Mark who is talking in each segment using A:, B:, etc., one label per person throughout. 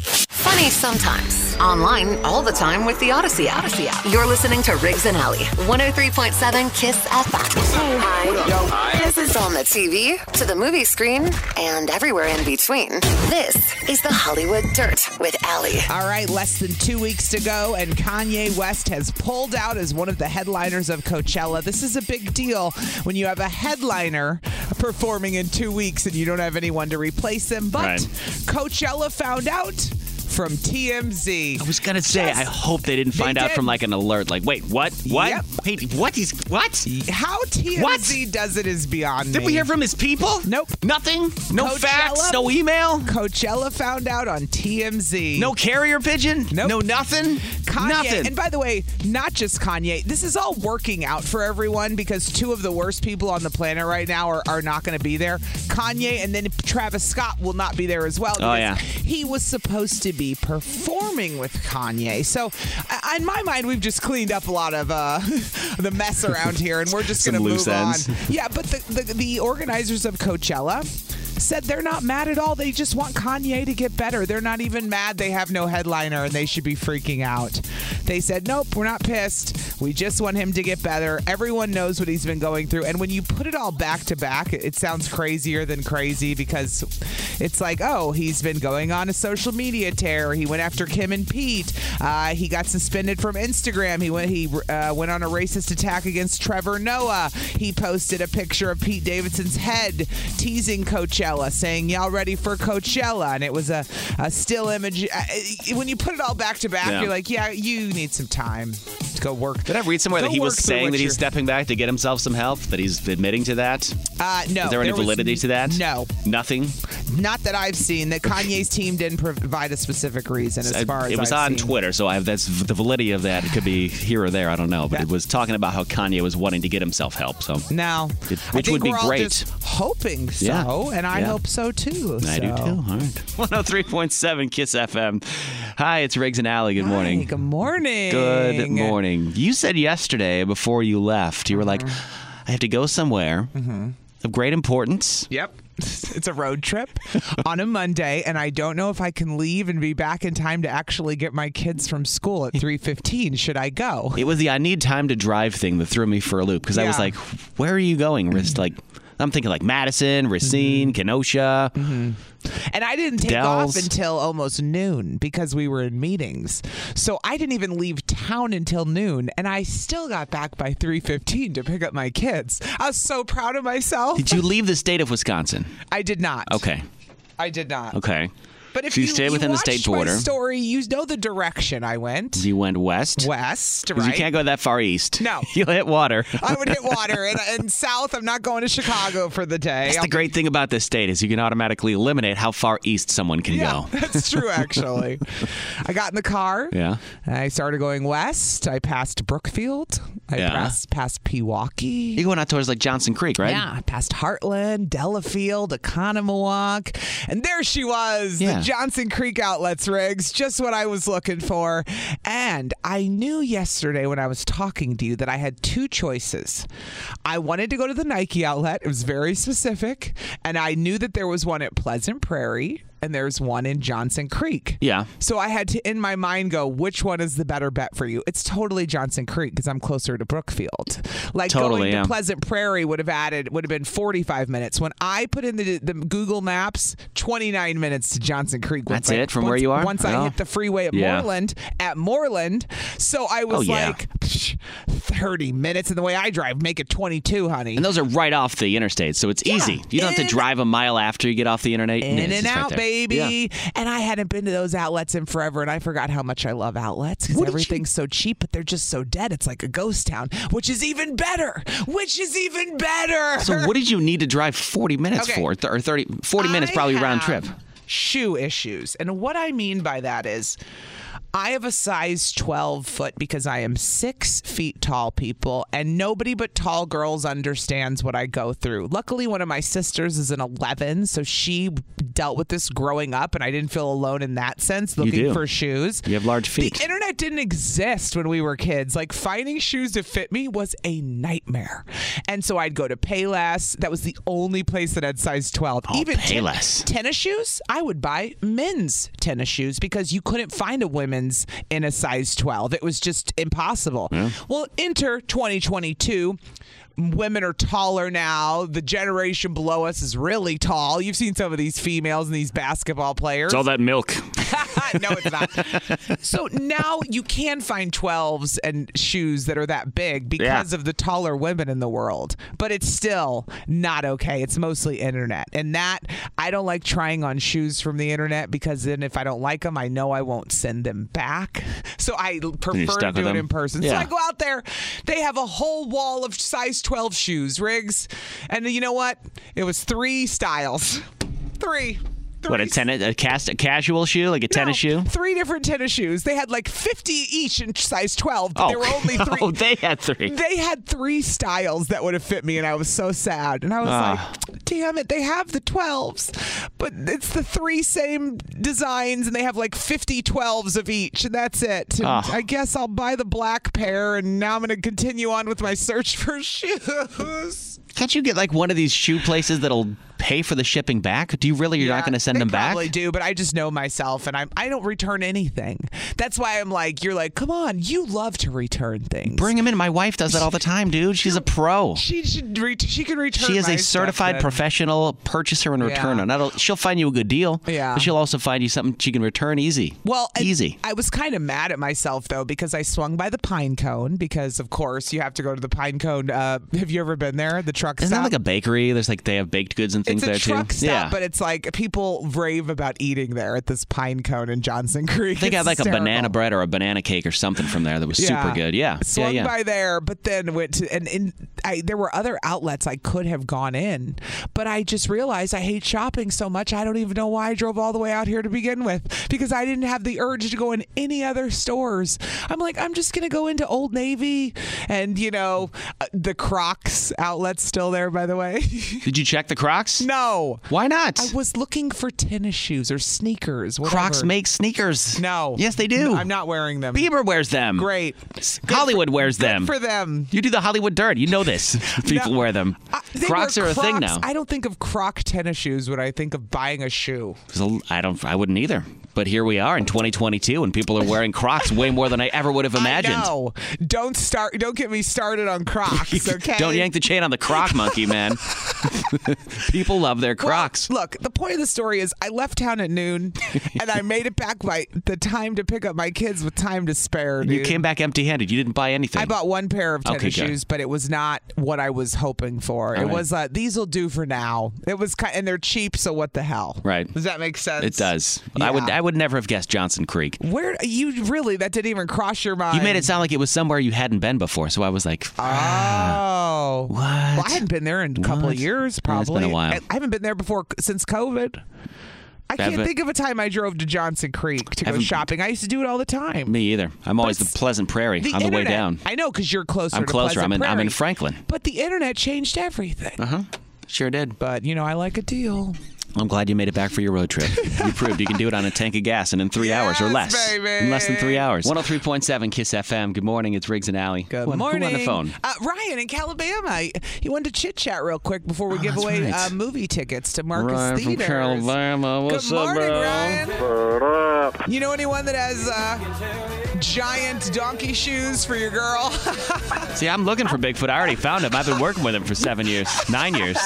A: Funny sometimes. Online all the time with the Odyssey app. Odyssey app. You're listening to Riggs and Alley, 103.7 Kiss FM. Hi. This is on the TV, to the movie screen, and everywhere in between. This is the Hollywood Dirt with Alley.
B: All right, less than two weeks to go, and Kanye West has pulled out as one of the headliners of Coachella. This is a big deal when you have a headliner performing in two weeks and you don't have anyone to replace them. But
C: Right.
B: Coachella found out from TMZ.
C: I was gonna say, I hope they didn't find
B: They
C: out
B: did.
C: from like an alert. Like, wait, what? What?
B: Yep.
C: Hey, what? He's what?
B: How TMZ
C: What?
B: does it is beyond
C: Did
B: me.
C: we hear from his people?
B: Nope.
C: Nothing. No
B: Coachella?
C: facts. No email.
B: Coachella found out on TMZ.
C: No carrier pigeon.
B: Nope.
C: No nothing.
B: Kanye,
C: Nothing.
B: and by the way, not just Kanye. This is all working out for everyone because two of the worst people on the planet right now are, are not going to be there. Kanye and then Travis Scott will not be there as well. because
C: Oh, yeah.
B: He was supposed to be performing with Kanye. So, I- in my mind, we've just cleaned up a lot of uh, the mess around here and we're just
C: Some
B: going to move
C: loose ends.
B: on. Yeah, but the, the, the organizers of Coachella said they're not mad at all. They just want Kanye to get better. They're not even mad they have no headliner and they should be freaking out. They said, nope, we're not pissed. We just want him to get better. Everyone knows what he's been going through. And when you put it all back to back, it sounds crazier than crazy because it's like, oh, he's been going on a social media tear. He went after Kim and Pete. Uh, he got suspended from Instagram. He went he uh, went on a racist attack against Trevor Noah. He posted a picture of Pete Davidson's head teasing Coachella, saying "Y'all ready for Coachella?" and it was a, a still image. Uh, uh, When you put it all back to back,
C: Yeah.
B: you're like, yeah, you need some time to go work.
C: Did I read somewhere
B: go
C: that he was
B: work through
C: saying
B: what
C: that he's
B: you're-
C: stepping back to get himself some help? That he's admitting to that?
B: Uh, no,
C: Is there any
B: was
C: validity to that?
B: No,
C: Nothing.
B: not that I've seen. That Kanye's team didn't provide a specific reason, as
C: I-
B: far as
C: it was
B: I've
C: on
B: seen.
C: Twitter, so I have that's the validity of that could be here or there. I don't know, but
B: Yeah.
C: it was talking about how Kanye was wanting to get himself help. So
B: No,
C: It-
B: I
C: which
B: think
C: would be
B: we're all
C: great.
B: just hoping so,
C: Yeah.
B: and I
C: Yeah.
B: hope so too.
C: I do
B: so.
C: too. All right. 103.7 Kiss FM. Hi, it's Riggs and Alley. Good morning.
B: Hi, good morning.
C: Good morning. You said yesterday before you left, you were like,
B: Uh-huh.
C: I have to go somewhere of great importance.
B: Mm-hmm. Yep. It's a road trip on a Monday, and I don't know if I can leave and be back in time to actually get my kids from school at three fifteen. Should I go?
C: It was the I need time to drive thing that threw me for a loop because I was
B: Oh. Yeah.
C: like, where are you going? Ris- like, I'm thinking like Madison,
B: Mm-hmm.
C: Racine, Kenosha.
B: And I didn't take
C: Dells.
B: off until almost noon because we were in meetings. So I didn't even leave town until noon, and I still got back by three fifteen to pick up my kids. I was so proud of myself.
C: Did you leave the state of Wisconsin?
B: I did not.
C: Okay.
B: I did not.
C: Okay.
B: But if
C: So
B: you,
C: you stay within the
B: watched
C: state
B: my
C: border.
B: story, you know the direction I went
C: You went west.
B: west,
C: 'Cause
B: right?
C: You can't go that far east.
B: No.
C: You'll hit water.
B: I would hit water and, and south. I'm not going to Chicago for the day.
C: That's the great thing about this state is you can automatically eliminate how far east someone can
B: yeah,
C: go.
B: that's true. Actually, I got in the car.
C: Yeah.
B: I started going west. I passed Brookfield. I
C: Yeah.
B: passed past Pewaukee.
C: You're going out towards like Johnson Creek, right?
B: Yeah, past Heartland, Delafield, Economowoc, and there she was,
C: Yeah.
B: the Johnson Creek Outlets rigs, just what I was looking for. And I knew yesterday when I was talking to you that I had two choices. I wanted to go to the Nike outlet, it was very specific, and I knew that there was one at Pleasant Prairie. and there's one in Johnson Creek.
C: Yeah.
B: So I had to, in my mind, go, which one is the better bet for you? It's totally Johnson Creek because I'm closer to Brookfield. Like
C: Totally,
B: going
C: yeah.
B: to Pleasant Prairie would have added, would have been 45 minutes. When I put in the, the Google Maps, 29 minutes to Johnson Creek.
C: That's
B: Once I-
C: it from where
B: once-
C: you are?
B: Once
C: Oh.
B: I hit the freeway at
C: Yeah.
B: Moreland, at Moreland. So I was
C: Oh, yeah.
B: like, "Psh, 30 minutes. And the way I drive, make it 22, honey.
C: And those are right off the interstate, so it's easy. You don't have
B: In-
C: to drive a mile after you get off the internet.
B: in
C: It's
B: and
C: just right
B: out,
C: there.
B: baby.
C: Yeah.
B: And I hadn't been to those outlets in forever, and I forgot how much I love outlets because everything's so cheap, but they're just so dead. It's like a ghost town, which is even better. Which is even better.
C: So what did you need to drive 40 minutes
B: Okay.
C: for? Th- or 30, 40 minutes
B: I
C: probably round
B: have
C: trip.
B: Shoe issues. And what I mean by that is I have a size 12 foot because I am six feet tall, people, and nobody but tall girls understands what I go through. Luckily, one of my sisters is an 11, so she dealt with this growing up, and I didn't feel alone in that sense
C: do.
B: looking for shoes.
C: You have large
B: The
C: feet.
B: internet didn't exist when we were kids. Like finding shoes to fit me was a nightmare. And so I'd go to Payless. That was the only place that had size 12. Even ten-
C: Oh, Payless.
B: tennis shoes, I would buy men's tennis shoes because you couldn't find a women's in a size 12. It was just impossible. Well, enter 2022. Women are taller now. The generation below us is really tall. You've seen some of these females and these basketball players.
C: that milk.
B: no, it's not. so now you can find 12s and shoes that are that big because of the taller women in the world, but it's still not okay. It's mostly internet. And that, I don't like trying on shoes from the internet because then if I don't like them, I know I won't send them back. So I l- prefer to
C: stuck with
B: do it
C: them.
B: in person. So
C: Yeah.
B: I go out there, they have a whole wall of size 12 shoes, rigs. And you know what? It was three styles. Three.
C: What, a,
B: Three
C: tennis, a, cast, a casual shoe? Like a tennis shoe?
B: no, Three different tennis shoes. They had like 50 each in size 12, but there were only three.
C: oh, they had three.
B: they had three styles that would have fit me, and I was so sad. And I was
C: Ah.
B: like, damn it, they have the 12s, but it's the three same designs, and they have like 50 12s of each, and that's it. And
C: Ah.
B: I guess I'll buy the black pair, and now I'm going to continue on with my search for shoes.
C: Can't you get like one of these shoe places that'll pay for the shipping back? Do you really, you're not going to send
B: they
C: them back?
B: Probably do, but I just know myself, and I'm I don't return anything. That's why I'm like, you're like, come on, you love to return things.
C: Bring them in. My wife does that all the time, dude. She's a pro.
B: she should re- she can return.
C: She is
B: my
C: a
B: stuff
C: certified
B: then.
C: professional purchaser and
B: Yeah.
C: returner. Not a, she'll find you a good deal,
B: Yeah.
C: but she'll also find you something she can return easy.
B: Well, and
C: easy.
B: I was kind of mad at myself though because I swung by the pine cone because of course you have to go to the pine cone. Uh, have you ever been there? The truck
C: Isn't that
B: stop.
C: like a bakery? There's like they have baked goods and things
B: it's a
C: there
B: truck
C: too.
B: stop,
C: yeah,
B: but it's like people rave about eating there at this pine cone in Johnson Creek.
C: I think I
B: It's
C: had like
B: hysterical.
C: a banana bread or a banana cake or something from there that was super good. Yeah,
B: Swung
C: yeah, yeah.
B: by there, but then went to and, and I there were other outlets I could have gone in, but I just realized I hate shopping so much I don't even know why I drove all the way out here to begin with because I didn't have the urge to go in any other stores. I'm like I'm just gonna go into Old Navy and you know uh, the Crocs outlet's still there by the way.
C: Did you check the Crocs?
B: no,
C: Why not?
B: I was looking for tennis shoes or sneakers. Whatever.
C: Crocs make sneakers.
B: no.
C: Yes, they do.
B: No, I'm not wearing them.
C: Bieber wears them.
B: Great.
C: S- Hollywood wears
B: Good
C: them.
B: for them.
C: You do the Hollywood dirt. You know this. People
B: No.
C: wear them.
B: I- they
C: Crocs
B: wear
C: are a thing
B: Crocs.
C: now.
B: I don't think of Croc tennis shoes when I think of buying a shoe.
C: 'Cause l- I don't. I wouldn't either. But here we are in 2022, and people are wearing Crocs way more than I ever would have imagined.
B: I know. Don't start. Don't get me started on Crocs. Okay.
C: Don't yank the chain on the Croc monkey, man. people love their
B: Well,
C: Crocs.
B: look, the point of the story is I left town at noon, and I made it back by the time to pick up my kids with time to spare.
C: you
B: dude.
C: came back empty-handed. You didn't buy anything.
B: I bought one pair of tennis
C: Okay, good.
B: shoes, but it was not what I was hoping for. it
C: right.
B: was uh, these will do for now. It was kind, and they're cheap, so what the hell?
C: Right.
B: Does that make sense?
C: It does. But I would
B: Yeah.
C: I would never have guessed Johnson Creek.
B: Where you really that didn't even cross your mind?
C: You made it sound like it was somewhere you hadn't been before, so I was like,
B: Oh. What? Well, I
C: What?
B: hadn't been there in a couple
C: What?
B: of years,
C: Yeah,
B: probably.
C: it's been a while.
B: I- I haven't been there before c- since COVID. I can't
C: Haven't-
B: think of a time I drove to Johnson Creek to go
C: Haven't-
B: shopping. I used to do it all the time.
C: me either. I'm always the
B: it's-
C: Pleasant Prairie
B: The
C: on the way
B: internet-
C: down.
B: I know because you're closer.
C: I'm
B: to
C: closer. I'm
B: Pleasant
C: in I'm in
B: Prairie.
C: Franklin.
B: But the internet changed everything.
C: Sure did.
B: But you know, I like a deal.
C: I'm glad you made it back for your road trip. You proved you can do it on a tank of gas and in three hours or less. In less than three hours. 103.7 Kiss FM. Good morning. It's Riggs and Alley.
B: Good
C: Who on-
B: morning.
C: Who on the phone?
B: Uh, Ryan in Calabama. He- He wanted to chit chat real quick before we give
C: Oh, that's
B: away
C: right.
B: uh, movie tickets to Marcus
C: Ryan from
B: Theaters.
C: Calabama. What's
B: Good
C: up,
B: morning,
C: bro?
B: Ryan. You know anyone that has uh, giant donkey shoes for your girl?
C: See, I'm looking for Bigfoot. I already found him. I've been working with him for seven years, nine years.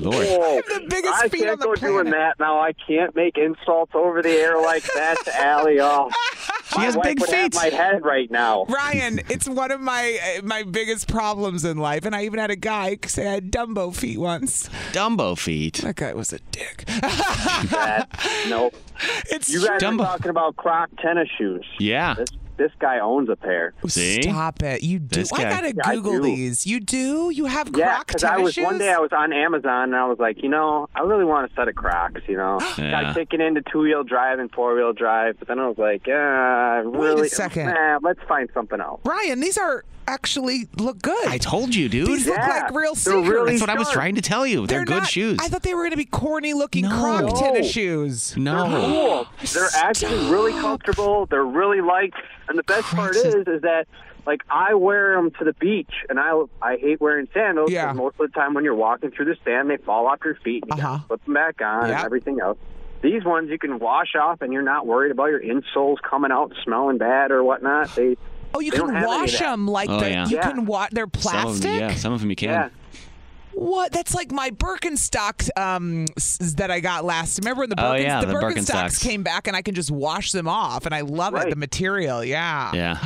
C: Lord.
D: Whoa.
B: the biggest
D: I
B: feet on
D: can't
B: the
D: go doing
B: planet.
D: that now. I can't make insults over the air like that to Allie. Oh,
C: She has
D: wife
C: big
D: would have
C: feet.
D: my head right now.
B: Ryan, it's one of my uh, my biggest problems in life, and I even had a guy say I had Dumbo feet once.
C: Dumbo feet.
B: That guy was a dick.
D: That- nope.
B: it's
D: You guys
C: Dumbo.
D: are talking about Croc tennis shoes.
C: Yeah.
D: This this guy owns a pair.
C: See?
B: Stop it! You do.
C: This
B: I
C: guy.
B: gotta
D: I
B: Google
D: do.
B: these. You do. You have
D: Yeah,
B: Croc tennis
D: I was
B: shoes.
D: one day I was on Amazon and I was like, you know, I really want a set of Crocs. You know,
C: Yeah.
D: got taken into two wheel drive and four wheel drive, but then I was like, uh, really,
B: second.
D: Nah, let's find something else.
B: Ryan, these are actually look good.
C: I told you, dude.
B: these look
D: Yeah,
B: like real
D: they're
B: sneakers.
D: really
C: That's what I was
D: sharp.
C: trying to tell you. They're, good
B: not-
C: shoes.
B: I thought they were going to be corny looking
C: No.
B: croc
C: No.
B: tennis shoes.
D: They're
C: Oh. no.
D: cool. They're actually really comfortable. They're really light. And the best part
C: Crocs
D: is,
C: is-
D: is that like I wear them to the beach, and I I hate wearing sandals. 'cause
B: Yeah.
D: Most of the time, when you're walking through the sand, they fall off your feet. And you
B: Uh-huh.
D: gotta Put them back on
B: Yeah.
D: and everything else. These ones you can wash off, and you're not worried about your insoles coming out smelling bad or whatnot. They
B: Oh, you
D: They don't
B: can
D: have any of
B: wash
D: that.
B: them like
C: Oh,
B: the,
C: yeah.
B: you
D: Yeah.
B: can wash. They're
C: Some of
B: plastic.
C: them, yeah, some of them you can.
D: yeah.
B: What? That's like my Birkenstock um, s- that I got last. Remember when the,
C: Oh,
B: Birkens-
C: yeah,
B: the
C: the
B: Birkenstocks,
C: Birkenstocks.
B: came back, and I can just wash them off, and I love it.
D: Right.
B: The material, yeah.
C: Yeah.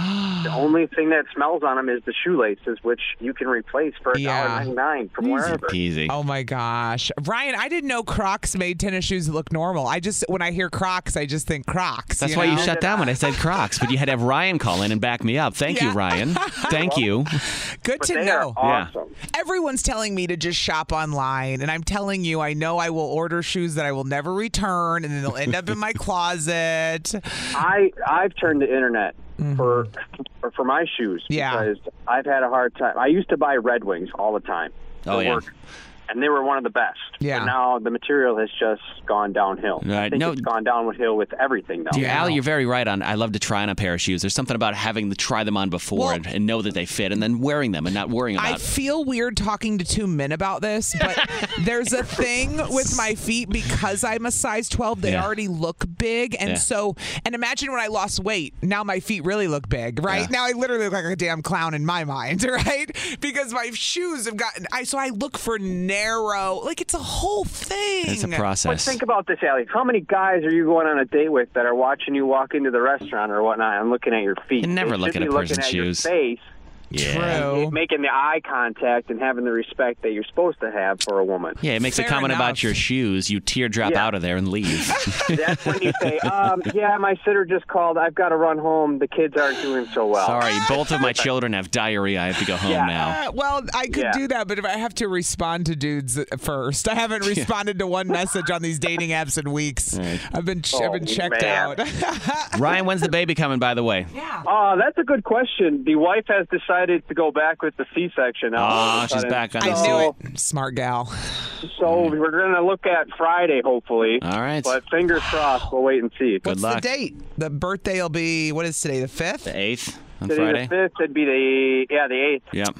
D: The only thing that smells on them is the shoelaces, which you can replace for $1.99
B: Yeah.
D: from wherever.
C: Easy.
B: Oh my gosh, Ryan! I didn't know Crocs made tennis shoes that look normal. I just when I hear Crocs, I just think Crocs.
C: That's
B: you
C: why you
B: know?
C: shut down when I said Crocs, but you had to have Ryan call in and back me up. Thank
B: Yeah.
C: you, Ryan. Thank you.
B: Good
D: But
B: to
D: they
B: know.
D: are
C: Yeah.
D: awesome.
B: Everyone's telling me to just shop online, and I'm telling you, I know I will order shoes that I will never return, and then they'll end up in my closet.
D: I I've turned to internet for for my shoes
B: Mm-hmm. Yeah.
D: because I've had a hard time. I used to buy Red Wings all the time. to
C: Oh, yeah.
D: and they were one of the best.
B: Yeah.
D: But now the material has just gone downhill. I
C: Right.
D: think
C: No-
D: it's gone downhill with everything now.
C: Dude, Al, you're very right on. I love to try on a pair of shoes. There's something about having to try them on before
B: Well-
C: and, and know that they fit, and then wearing them and not worrying
B: I
C: about.
B: feel weird talking to two men about this, but there's a thing with my feet because I'm a size 12, they
C: Yeah.
B: already look big. And
C: Yeah.
B: so, and imagine when I lost weight, now my feet really look big, right?
C: Yeah.
B: Now I literally look like a damn clown in my mind, right? Because my shoes have gotten, I so I look for narrow, like it's a whole thing.
C: It's a
D: But
C: process.
D: think about this, Allie. How many guys are you going on a date with that are watching you walk into the restaurant or whatnot and looking at your feet?
C: You never
D: They
C: look
D: should
C: at a
D: be looking
C: person's
D: at your
C: shoes.
D: face,
C: yeah.
B: True.
D: making the eye contact and having the respect that you're supposed to have for a woman.
C: Yeah, it makes a
B: Fair
C: comment
B: enough.
C: about your shoes. You teardrop
D: Yeah.
C: out of there and leave.
D: That's when you say, um, "Yeah, my sitter just called. I've got to run home. The kids aren't doing so well."
C: Sorry, both of my children have diarrhea. I have to go home
D: Yeah.
C: now.
B: Uh, well, I could
D: Yeah.
B: do that, but if I have to respond to dudes first, I haven't responded to one message on these dating apps in weeks. I've been I've been
D: Oh,
B: checked
D: man.
B: out.
C: Ryan, when's the baby coming? By the way.
D: Uh, that's a good question. The wife has decided to go back with the C-section. now all of
C: Ah,
D: a
C: she's
D: sudden.
C: back on
B: I
C: the Mm.
D: So-
B: knew it. Smart gal.
D: So we're going to look at Friday, hopefully.
C: All right.
D: But fingers crossed. We'll wait and see.
C: Good
B: What's
C: luck.
B: the date? The birthday will be what is today? The fifth.
C: The eighth on
D: Today
C: Friday.
D: the fifth. It'd be the yeah the eighth.
C: Yep.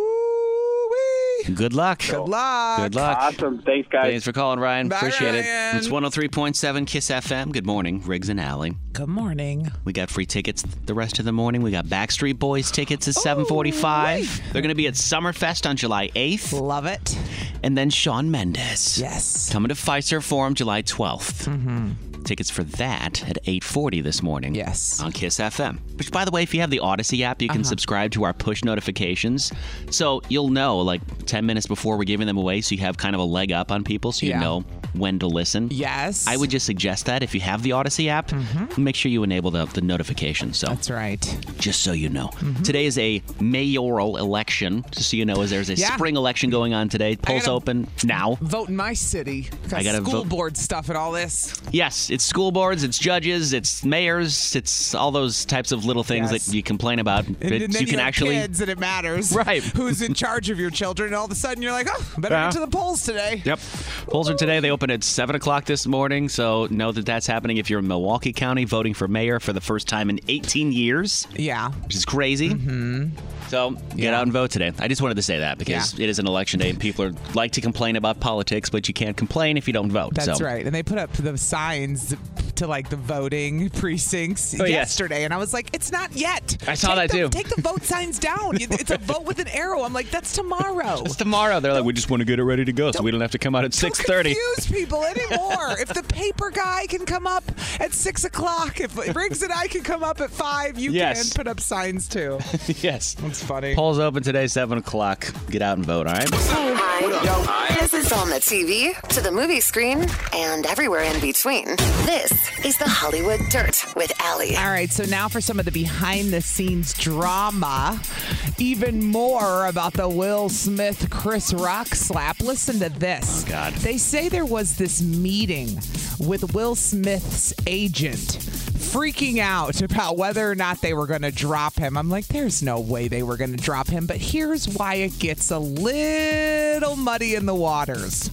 B: Ooh wee.
C: Good luck. Good
B: Luck.
C: Good luck.
D: Awesome. Thanks, guys.
C: Thanks for calling, Ryan.
B: Bye,
C: Appreciate
B: Ryan.
C: it. It's 103.7 Kiss FM. Good morning, Riggs and Alley.
B: Good morning.
C: We got free tickets the rest of the morning. We got Backstreet Boys tickets at 745. They're going to be at Summerfest on July 8th.
B: Love it.
C: And then Sean Mendes.
B: Yes. Mm-hmm.
C: Coming to Pfizer Forum July 12th. Tickets for that at 8:40 this morning.
B: Yes. Uh-huh.
C: on Kiss FM. Which by the way, if you have the Odyssey app, you can subscribe to our push notifications. So you'll know like 10 minutes before we're giving them away, so you have kind of a leg up on people so you
B: Yeah.
C: know when to listen.
B: Yes.
C: I would just suggest that if you have the Odyssey app, make sure you enable the, the notification. So
B: Mm-hmm. That's right. Mm-hmm.
C: just so you know, today is a mayoral election. Just so you know, as there's a
B: Yeah.
C: spring election going on today. Polls
B: gotta-
C: open now.
B: Vote in my city. Got
C: I gotta
B: school
C: vote-
B: board stuff and all this.
C: Yes, it's school boards, it's judges, it's mayors, it's all those types of little things
B: Yes.
C: that you complain about.
B: And,
C: but
B: and then
C: you can
B: have
C: actually
B: kids and it matters
C: Right.
B: who's in charge of your children and all of a sudden you're like oh better
C: Yeah.
B: get to the polls today
C: Yep. Polls are today. They open at 7 o'clock this morning. So know that that's happening if you're in Milwaukee County voting for mayor for the first time in 18 years,
B: yeah
C: which is crazy. Mm-hmm. So get out and vote today. I just wanted to say that because it is an election day and people are, like to complain about politics, but you can't complain if you don't vote.
B: That's
C: so.
B: right. And they put up the signs to like the voting precincts
C: Oh, yes.
B: yesterday. And I was like, it's not yet.
C: I saw
B: Take
C: that,
B: the-
C: too.
B: Take the vote signs down. It- It's a vote with an arrow. I'm like, that's tomorrow.
C: It's tomorrow. They're like, we just want to get it ready to go so we don't have to come out at 6.30.
B: Don't confuse people anymore. if the paper guy can come up at six o'clock, if Riggs and I can come up at five, you
C: Yes.
B: can put up signs too.
C: yes.
B: It's funny.
C: Polls open today, 7 o'clock. Get out and vote, all right?
A: This is on the TV, to the movie screen, and everywhere in between. This is the Hollywood Dirt with Allie.
B: All right, so now for some of the behind the scenes drama. Even more about the Will Smith Chris Rock slap. Listen to this.
C: Oh, God.
B: They say there was this meeting with Will Smith's agent freaking out about whether or not they were going to drop him. I'm like, there's no way they were going to drop him, but here's why it gets a little muddy in the waters.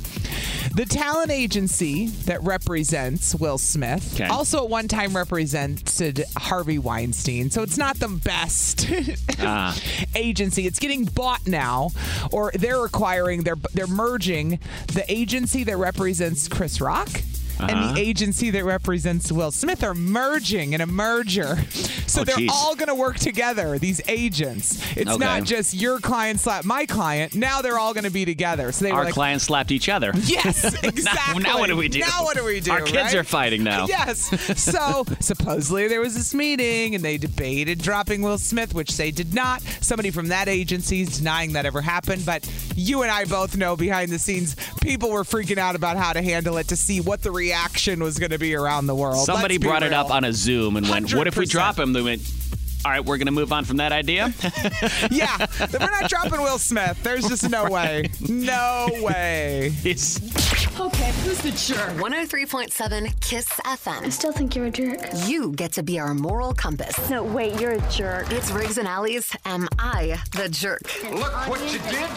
B: The talent agency that represents Will Smith
C: Okay.
B: also also at one time represented Harvey Weinstein. So it's not the best
C: Ah.
B: agency. It's getting bought now, or they're acquiring, they're, they're merging the agency that represents Chris Rock.
C: Uh-huh.
B: And the agency that represents Will Smith are merging in a merger. So
C: Oh,
B: they're
C: geez.
B: all going to work together, these agents. It's
C: Okay.
B: not just your client slap my client. Now they're all going to be together. So they were
C: Our
B: like,
C: clients slapped each other.
B: Yes, exactly.
C: now what do we do?
B: Now what do we do?
C: Our kids
B: right?
C: are fighting now.
B: Yes. So supposedly there was this meeting and they debated dropping Will Smith, which they did not. Somebody from that agency is denying that ever happened, but you and I both know behind the scenes people were freaking out about how to handle it to see what the reaction was going to be around the world.
C: Somebody
B: Let's be
C: brought it up
B: real.
C: on a Zoom and went, "What if we
B: 100%.
C: drop him?" They went, "All right, we're going to move on from that idea."
B: Yeah, we're not dropping Will Smith. There's just no way. No way.
C: It's-
E: Okay, who's the jerk?
A: 103.7 Kiss FM.
F: Still think you're a jerk.
A: You get to be our moral compass.
F: No, wait, you're a jerk.
A: It's Riggs and Allies. Am I the jerk?
B: All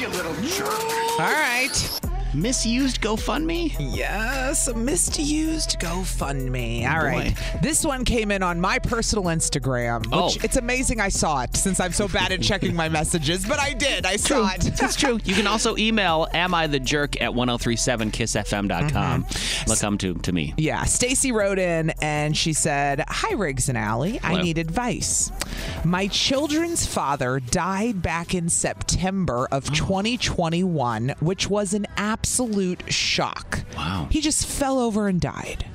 B: right.
C: misused GoFundMe.
B: Yes, a misused GoFundMe. All right. This one came in on my personal Instagram, which
C: Oh.
B: it's amazing I saw it since I'm so bad at checking my messages, but I did. I saw it.
C: It's true. You can also email am I the jerk at 1037kissfm.com.
B: Mm-hmm.
C: Look, come to, to me.
B: Yeah, Stacy wrote in and she said, "Hi Riggs and Allie, I
C: Hello.
B: need advice. My children's father died back in September
C: Oh.
B: of 2021, which was an absolute shock.
C: Wow.
B: He just fell over and died."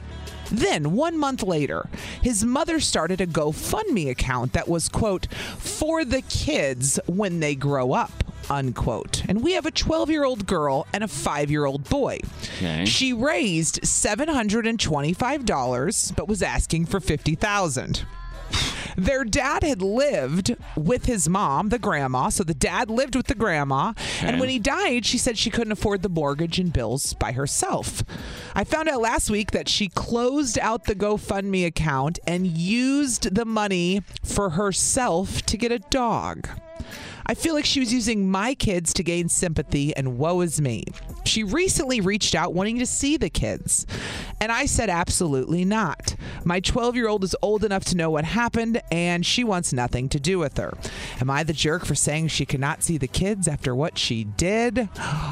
B: Then, one month later, his mother started a GoFundMe account that was, quote, for the kids when they grow up, unquote. And we have a 12 year old girl and a five year old boy.
C: Okay.
B: She raised $725 but was asking for 50,000. Their dad had lived with his mom, the grandma, so the dad lived with the grandma, and
C: Okay.
B: when he died, she said she couldn't afford the mortgage and bills by herself. I found out last week that she closed out the GoFundMe account and used the money for herself to get a dog. I feel like she was using my kids to gain sympathy, and woe is me. She recently reached out wanting to see the kids, and I said absolutely not. My 12 year old is old enough to know what happened, and she wants nothing to do with her. Am I the jerk for saying she cannot see the kids after what she did?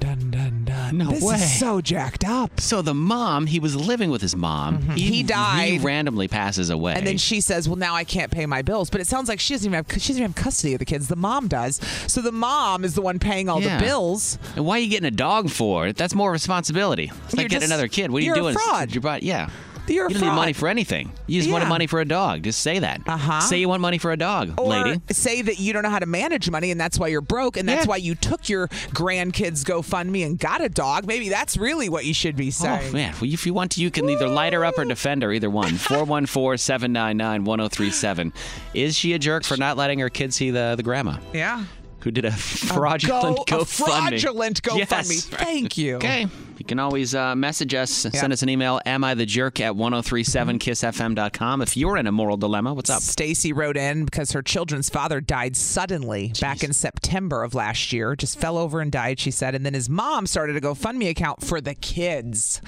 B: dun, dun, dun.
C: No
B: this
C: way.
B: is so jacked up. Mm-hmm.
C: So the mom, he was living with his mom.
B: He
C: He
B: died.
C: randomly passes away.
B: And then she says, "Well, now I can't pay my bills." But it sounds like she doesn't even have she doesn't even have custody of the kids. The mom does, so the mom is the one paying all
C: Yeah.
B: the bills.
C: And why are you getting a dog for? That's more responsibility. It's
B: You're
C: like
B: just-
C: getting another kid. What are you
B: you're a
C: doing? It's-
B: fraud.
C: You brought, yeah.
B: You're a
C: you don't need money
B: fraud.
C: for anything. You just wanted
B: Yeah.
C: money for a dog. Just say that.
B: Uh-huh.
C: Say you want money for a dog,
B: Or
C: lady.
B: say that you don't know how to manage money and that's why you're broke and that's
C: Yeah.
B: why you took your grandkids GoFundMe and got a dog. Maybe that's really what you should be saying.
C: Oh, man. Well, if you want to, you can either light her up or defend her, either one. 414 oh 799 1037. Is she a jerk for not letting her kids see the, the grandma?
B: Yeah.
C: who did a fraudulent
B: Go- a
C: GoFundMe.
B: fraudulent GoFundMe.
C: Yes, right.
B: Thank you.
C: Okay. You can always uh, message us, send us an email, am I the jerk at 1037kissfm.com. If you're in a moral dilemma, what's up?
B: Stacy wrote in because her children's father died suddenly back in September of last year. Just fell over and died, she said. And then his mom started a GoFundMe account for the kids,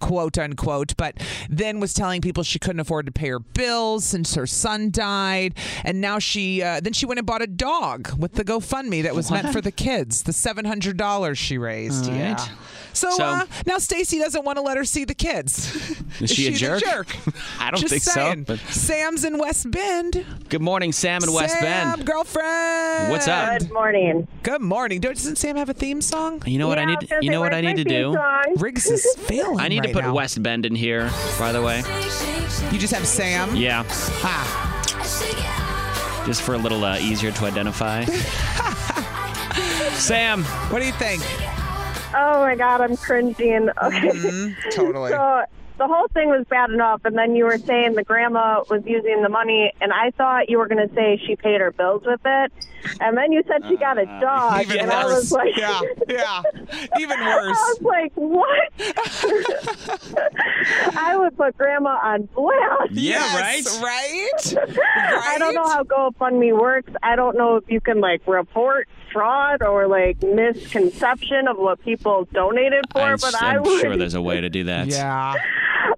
B: quote unquote, but then was telling people she couldn't afford to pay her bills since her son died. And now she, uh, then she went and bought a dog with the GoFundMe that was meant for the kids, the $700 she raised.
C: All
B: yeah.
C: right.
B: So,
C: So-
B: uh, now Stacy doesn't want to let her see the kids.
C: Is she a
B: the
C: jerk? I don't
B: Just
C: think so,
B: saying.
C: but-
B: Sam's in West Bend.
C: Good morning, Sam in West
B: Sam,
C: Bend.
B: girlfriend.
C: What's up?
G: Good morning.
B: Good morning. Don't- Doesn't Sam have a theme song?
C: You know what
G: Yeah,
C: I
G: was
C: need
G: gonna
C: you
G: say,
C: know what I
G: where's
C: need
G: my
C: to
G: theme
C: do?
G: song?
B: Riggs is failing.
C: I need to
B: right
C: put
B: now.
C: West Bend in here, by the way.
B: You just have Sam.
C: Yeah,
B: Ah,
C: just for a little uh, easier to identify. Sam,
B: what do you think?
G: Oh my God, I'm cringing. Okay.
B: Mm-hmm. Totally.
G: So the whole thing was bad enough, and then you were saying the grandma was using the money, and I thought you were going to say she paid her bills with it, and then you said she got a dog,
B: Uh, Even
G: and
B: worse.
G: I was like,
B: yeah, yeah. Even
G: I was
B: worse.
G: like, what? I would put grandma on blast.
C: Yeah,
B: Yes, Right?
G: I don't know
B: Right?
G: how GoFundMe works. I don't know if you can like report fraud or like misconception of what people donated for,
C: I'm,
G: but I
C: I'm
G: would
C: sure there's a way to do that.
B: Yeah.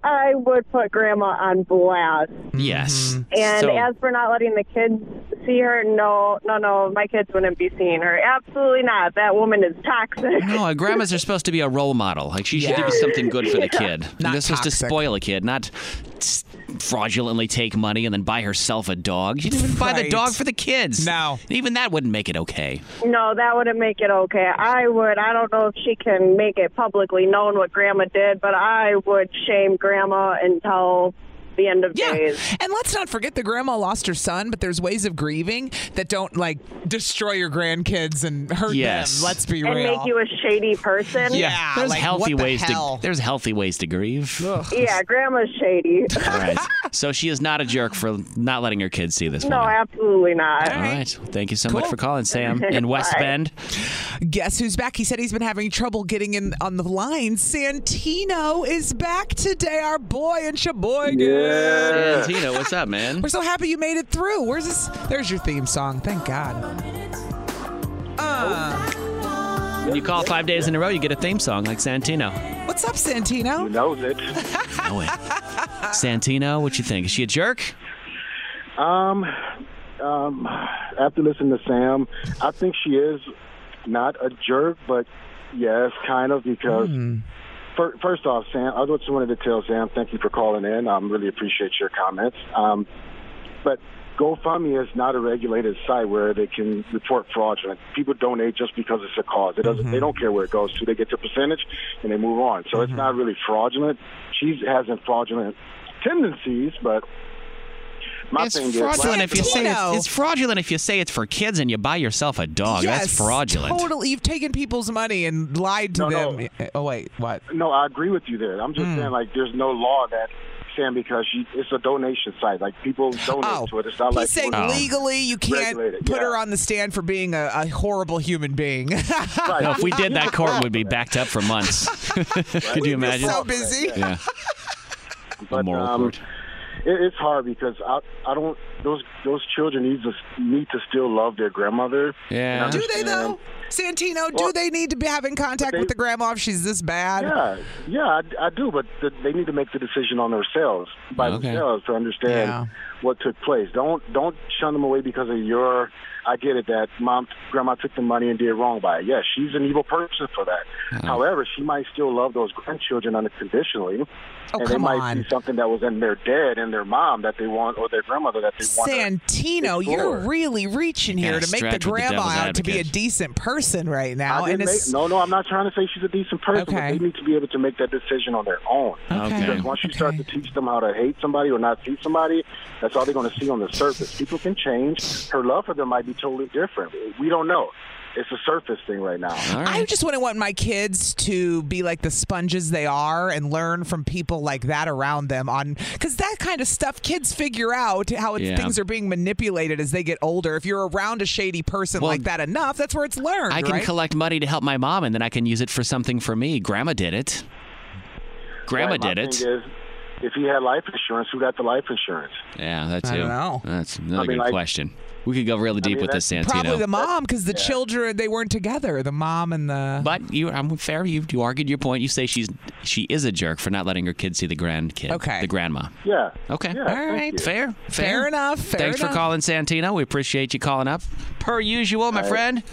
G: I would put grandma on blast.
C: Yes.
B: Mm-hmm.
C: Mm,
G: And
C: So-
G: as for not letting the kids see her, no, no, no, my kids wouldn't be seeing her. Absolutely not. That woman is toxic.
C: No, uh, grandmas are supposed to be a role model. Like she should
B: Yeah.
C: do something good for the kid.
B: Not
C: this was to
B: toxic.
C: spoil a kid, not s- fraudulently take money and then buy herself a dog. She didn't even buy the
B: Right.
C: dog for the kids.
B: No.
C: And even that wouldn't make it okay.
G: No, that wouldn't make it okay. I would. I don't know if she can make it publicly known what grandma did, but I would shame grandma until the end of
B: Yeah.
G: days.
B: And let's not forget the grandma lost her son, but there's ways of grieving that don't like destroy your grandkids and hurt
C: Yes.
B: them. Let's be
G: And
B: real.
G: make you a shady person.
B: Yeah.
C: There's
B: like,
C: healthy
B: what the
C: ways
B: hell?
C: to there's healthy ways to grieve.
G: Yeah, grandma's shady.
C: All right. So she is not a jerk for not letting her kids see this
G: No,
C: woman.
G: absolutely not.
C: All right. Well, Thank you so much
B: Cool.
C: for calling, Sam. In West
G: Bye.
C: Bend.
B: Guess who's back? He said he's been having trouble getting in on the line. Santino is back today, our boy in Sheboygan.
C: Santino, what's up, man?
B: We're so happy you made it through. Where's this? There's your theme song. Thank God. Uh,
C: When you call five days in a row, you get a theme song like Santino.
B: what's up, Santino?
D: knows it.
C: Oh, wait. Santino, what you think? Is she a jerk?
H: Um, um, after listening to Sam, I think she is not a jerk, but yes, kind of because.
I: Hmm.
H: fir- First off, Sam, I just wanted to tell Sam, thank you for calling in. I um, really appreciate your comments. Um, but GoFundMe is not a regulated site where they can report fraudulent. People donate just because it's a cause. It doesn't. They don't care where it goes to. They get their percentage and they move on. So it's not really fraudulent. She hasn't fraudulent tendencies, but my
C: it's
H: thing is
C: fraudulent if you say it's,
B: Santino.
C: it's fraudulent if you say it's for kids and you buy yourself a dog. That's
B: Yes,
C: fraudulent.
B: Totally. You've taken people's money and lied
H: No,
B: to
H: no.
B: them. Oh, wait. What?
H: No, I agree with you there. I'm just
C: Mm.
H: saying, like, there's no law that saying because you, it's a donation site. Like, people donate
B: Oh,
H: to it. It's not
B: he's
H: like
B: saying
H: well,
B: legally you can't
H: Regulated,
B: put
H: yeah.
B: her on the stand for being a, a horrible human being.
H: right.
C: No, if we did that, court would be backed up for months. Could you imagine?
B: so busy.
C: yeah.
H: But,
C: a moral
H: um,
C: court.
H: It, it's hard because I, I don't. Those those children need to need to still love their grandmother.
C: Yeah.
B: Do they though, Santino? do
H: Well,
B: they need to be having contact
H: they-
B: with the grandma if she's this bad?
H: Yeah, yeah, I, I do, but th- they need to make the decision on themselves by
C: Okay.
H: themselves to understand
B: Yeah.
H: what took place. Don't don't shun them away because of your. I get it that mom, grandma took the money and did wrong by it. Yes, she's an evil person for that. However, she might still love those grandchildren unconditionally,
B: Oh,
H: and it
B: come
H: might
B: on.
H: be something that was in their dad and their mom that they want or their grandmother that they want. to-
B: Santino, you're
H: Explore.
B: really reaching here
C: Yeah,
B: to make the
C: stretch with the
B: grandma
C: devil's
B: out to be a
C: advocate.
B: decent person right
H: I
B: now,
H: didn't
B: and it's
H: make- no, no, I'm not trying to say she's a decent person,
B: Okay.
H: but they need to be able to make that decision on their own.
C: Okay.
H: Because once you start to teach them how to hate somebody or not see somebody, that's all they're going to see on the surface. People can change. Her love for them might be totally different. We don't know. it's a surface thing right now.
B: I just wouldn't want my kids to be like the sponges they are and learn from people like that around them on because that kind of stuff kids figure out how it,
C: Yeah.
B: things are being manipulated as they get older. If you're around a shady person
C: Well,
B: like that enough, that's where it's learned.
C: I can
B: right?
C: collect money to help my mom, and then I can use it for something for me. Grandma did it. Grandma
H: Right, my
C: did it.
H: thing is, if he had life insurance, who got the life insurance?
C: Yeah, that's
H: I
C: too.
H: don't know.
C: That's another
H: I mean,
C: good
H: like-
C: question. We could go really deep
H: mean,
C: with this, Santino.
B: Probably the mom because the children they weren't together. The mom and the
C: But you, I'm fair. You, you argued your point. You say she's she is a jerk for not letting her kids see the grandkid.
B: Okay.
C: The grandma.
H: Yeah.
C: Okay.
B: All right.
C: Fair. Fair,
B: Fair enough. Fair
C: Thanks
B: enough.
C: for calling, Santino. We appreciate you calling up. Per usual, my
B: All right.
C: friend.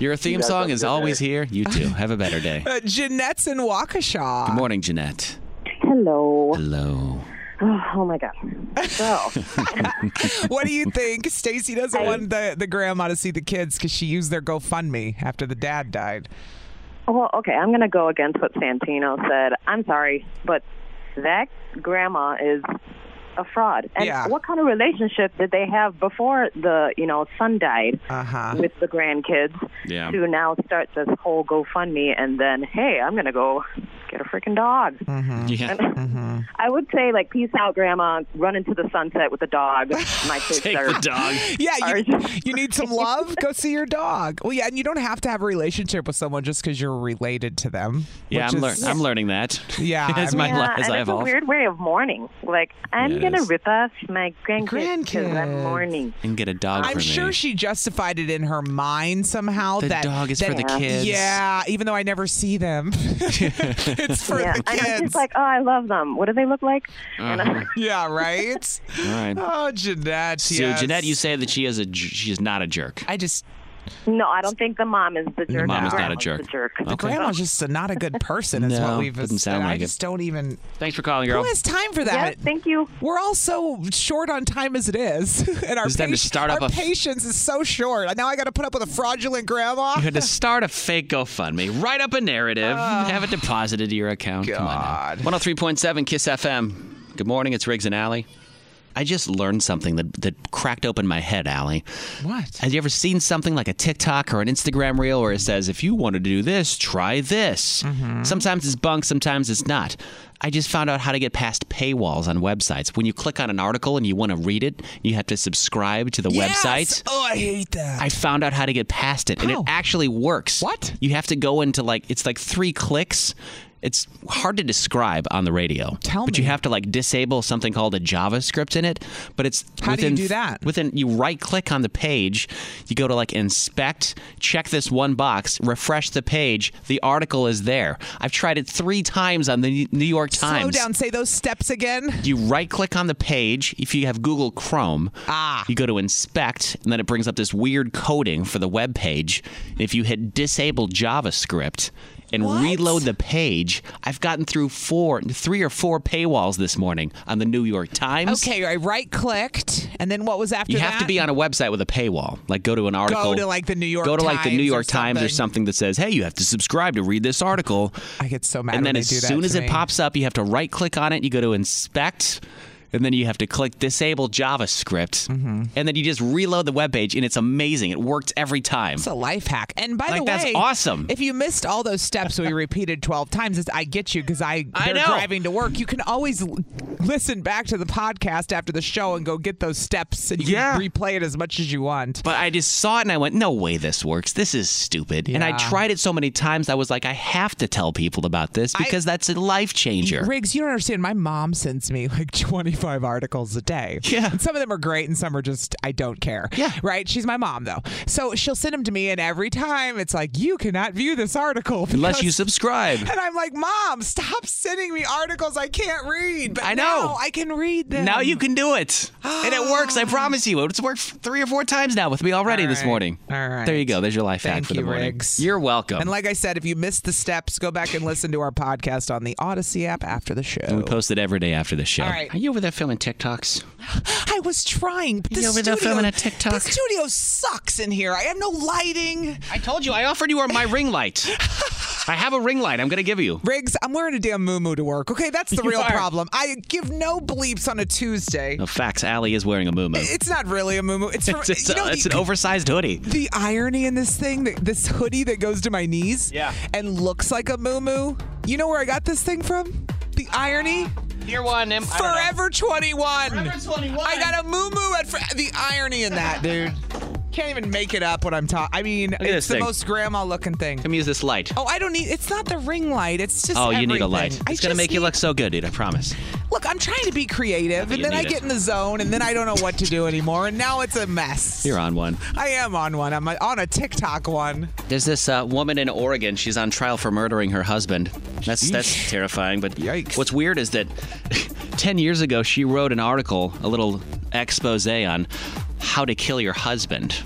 C: Your
B: You
C: theme
B: guys have
C: song
B: a
C: is
B: good
C: always
B: day.
C: here. You too. Have a better day.
B: Uh, Jeanette's in Waukesha.
C: Good morning, Jeanette.
J: Hello.
C: Hello.
J: Oh my god. So
B: what do you think? Stacy doesn't want the, the grandma to see the kids because she used their GoFundMe after the dad died.
J: Well, okay, I'm going to go against what Santino said. I'm sorry, but that grandma is a fraud. And
K: Yeah.
J: what kind of relationship did they have before the, you know, son died
B: uh-huh.
J: with the grandkids
K: Yeah.
J: to now start this whole GoFundMe and then, hey, I'm going to go get a freaking dog.
C: Mm-hmm.
B: Mm-hmm.
C: Yeah.
J: I would say, like, peace out, grandma. Run into the sunset with the dog. My kids
C: Mm-hmm. Take
J: are
C: the dog.
B: Yeah, you, you need some love? Go see your dog. Well, yeah, and you don't have to have a relationship with someone just because you're related to them.
C: Yeah,
B: which
C: I'm, lear-
B: is-
C: I'm learning that.
B: Yeah,
C: as
B: I
C: my
B: mean-
C: life, as
J: and
C: I
J: it's a
C: evolve.
J: weird way of mourning. Like I'm
C: Yeah, it
J: gonna
C: is.
J: rip off my grandkids because I'm mourning.
C: And get a dog
B: I'm
C: for
B: sure
C: me.
B: she justified it in her mind somehow.
C: The
B: that
C: dog is for
B: that-
C: the kids.
B: Yeah, even though I never see them. it's for
J: yeah,
B: the
J: and I'm
B: kids.
J: just like, oh, I love them. What do they look like?
G: uh,
C: Uh-huh.
B: yeah, right.
C: All right.
B: Oh, Jeanette.
C: So,
B: yes.
C: Jeanette, you say that she is a j- she is not a jerk.
B: I just
J: No, I don't think the mom is the jerk.
C: Your mom is not a
J: Grandma's
C: jerk.
J: the jerk.
C: Okay.
B: The grandma's just a, not a good person, is
C: No,
B: what we've.
C: doesn't sound
B: and I
C: like it.
B: just don't even.
C: Thanks for calling, girl.
B: Who has time for that?
J: thank you.
B: We're all so short on time as it is, and our,
C: It's time to start up
B: our
C: a-
B: patience is so short. Now I got to put up with a fraudulent grandma.
C: You had to start a fake GoFundMe, write up a narrative,
B: Ah.
C: have it deposited to your account. God. Come on. now. 103.7 Kiss FM. Good morning. It's Riggs and Alley. I just learned something that, that cracked open my head, Allie.
B: What?
C: Have you ever seen something like a TikTok or an Instagram reel where it says, if you want to do this, try this?
B: Mm-hmm.
C: Sometimes it's bunk, sometimes it's not. I just found out how to get past paywalls on websites. When you click on an article and you want to read it, you have to subscribe to the website.
B: Oh, I hate that.
C: I found out how to get past it, and it actually works. What? You have to go into like it's like three clicks. It's hard to describe on the radio. Tell but you have to like disable something called a JavaScript in it. But it's
B: How do you
C: within,
B: do that?
C: Within you right click on the page, you go to like inspect, check this one box, refresh the page. The article is there. I've tried it three times on the New York Times.
B: Slow down. Say those steps again.
C: You right click on the page. If you have Google Chrome, ah. you go to inspect, and then it brings up this weird coding for the web page. And if you hit disable JavaScript and reload the page, I've gotten through four, three or four paywalls this morning on the New York Times.
B: Okay, I right clicked, and then what was after
C: You
B: that?
C: have to be on a website with a paywall. Like go to an article.
B: to, like, the New York
C: Go to like the New
B: Times or
C: York Times or
B: something.
C: something that says, "Hey, you have to subscribe to read this article."
B: I get so mad.
C: and
B: when
C: then
B: Oh, they
C: as
B: do that
C: soon
B: to
C: as
B: me.
C: it pops up, you have to right click on it. You go to inspect, and then you have to click disable JavaScript,
B: Mm-hmm.
C: and then you just reload the web page, and it's amazing. It worked every time.
B: It's a life hack. And by
C: Like,
B: the way,
C: that's awesome.
B: If you missed all those steps we repeated 12 times, it's- I get you because I,
C: I
B: they're
C: know.
B: driving to work. You can always l- listen back to the podcast after the show and go get those steps and you
C: Yeah.
B: replay it as much as you want.
C: But I just saw it and I went, no way this works. This is stupid. And I
B: Yeah.
C: tried it so many times, I was like, I have to tell people about this because that's a life changer.
B: Riggs, you don't understand. My mom sends me like 25 articles a day. Yeah. And some of them are great and some are just, I don't care. Yeah. Right? She's my mom, though. So she'll send them to me, and every time it's like, you cannot view this article.
C: Unless you
B: because-
C: subscribe.
B: And I'm like, Mom, stop sending me articles I can't read. But
C: I know.
B: Now I can read them.
C: Now you can do it. and it works, I promise you. It's worked three or four times now with me already this
B: right.
C: morning.
B: All right.
C: There you go. There's your life hack
B: Thank
C: for the
B: you,
C: morning.
B: Riggs.
C: You're welcome.
B: And like I said, if you missed the steps, go back and listen to our podcast on the Odyssey app after the
C: And
B: show.
C: we post it every day after the show.
B: All right.
C: Are you over there filming TikToks?
B: I was trying, but
C: You
B: the
C: over there
B: studio,
C: filming a TikTok?
B: the studio sucks in here. I have no lighting.
C: I told you I offered you my ring light. I have a ring light. I'm going to give you.
B: Riggs, I'm wearing a damn moo to work. Okay, that's the
C: You
B: real
C: are.
B: problem. I give no bleeps on a Tuesday.
C: No facts. Allie is wearing a moo
B: It's not really a moo It's, from,
C: It's, it's,
B: you know,
C: a- it's
B: the-
C: an oversized hoodie.
B: The irony in this thing, that- this hoodie that goes to my knees and looks like a moo You know where I got this thing from? The irony?
C: Year one,
B: Forever 21.
C: Forever 21.
B: I got a moo at fr- the irony in that, dude. Can't even make it up what I'm talking. I mean,
C: at
B: it's
C: this
B: the
C: thing.
B: most grandma looking thing.
C: Come use this light.
B: Oh, I don't need. It's not the ring light. It's just.
C: oh, you need a light.
B: everything. I
C: It's going to
B: just
C: make you look so good, dude. I promise.
B: Look, I'm trying to be creative,
C: but
B: and
C: you
B: then I
C: need
B: get
C: it.
B: in the zone, and then I don't know what to do anymore, and now it's a mess.
C: You're on one.
B: I am on one. I'm on a TikTok one.
C: There's this uh, woman in Oregon. She's on trial for murdering her husband. That's that's terrifying. But what's weird is that ten years ago she wrote an article, a little expose on how to kill your husband.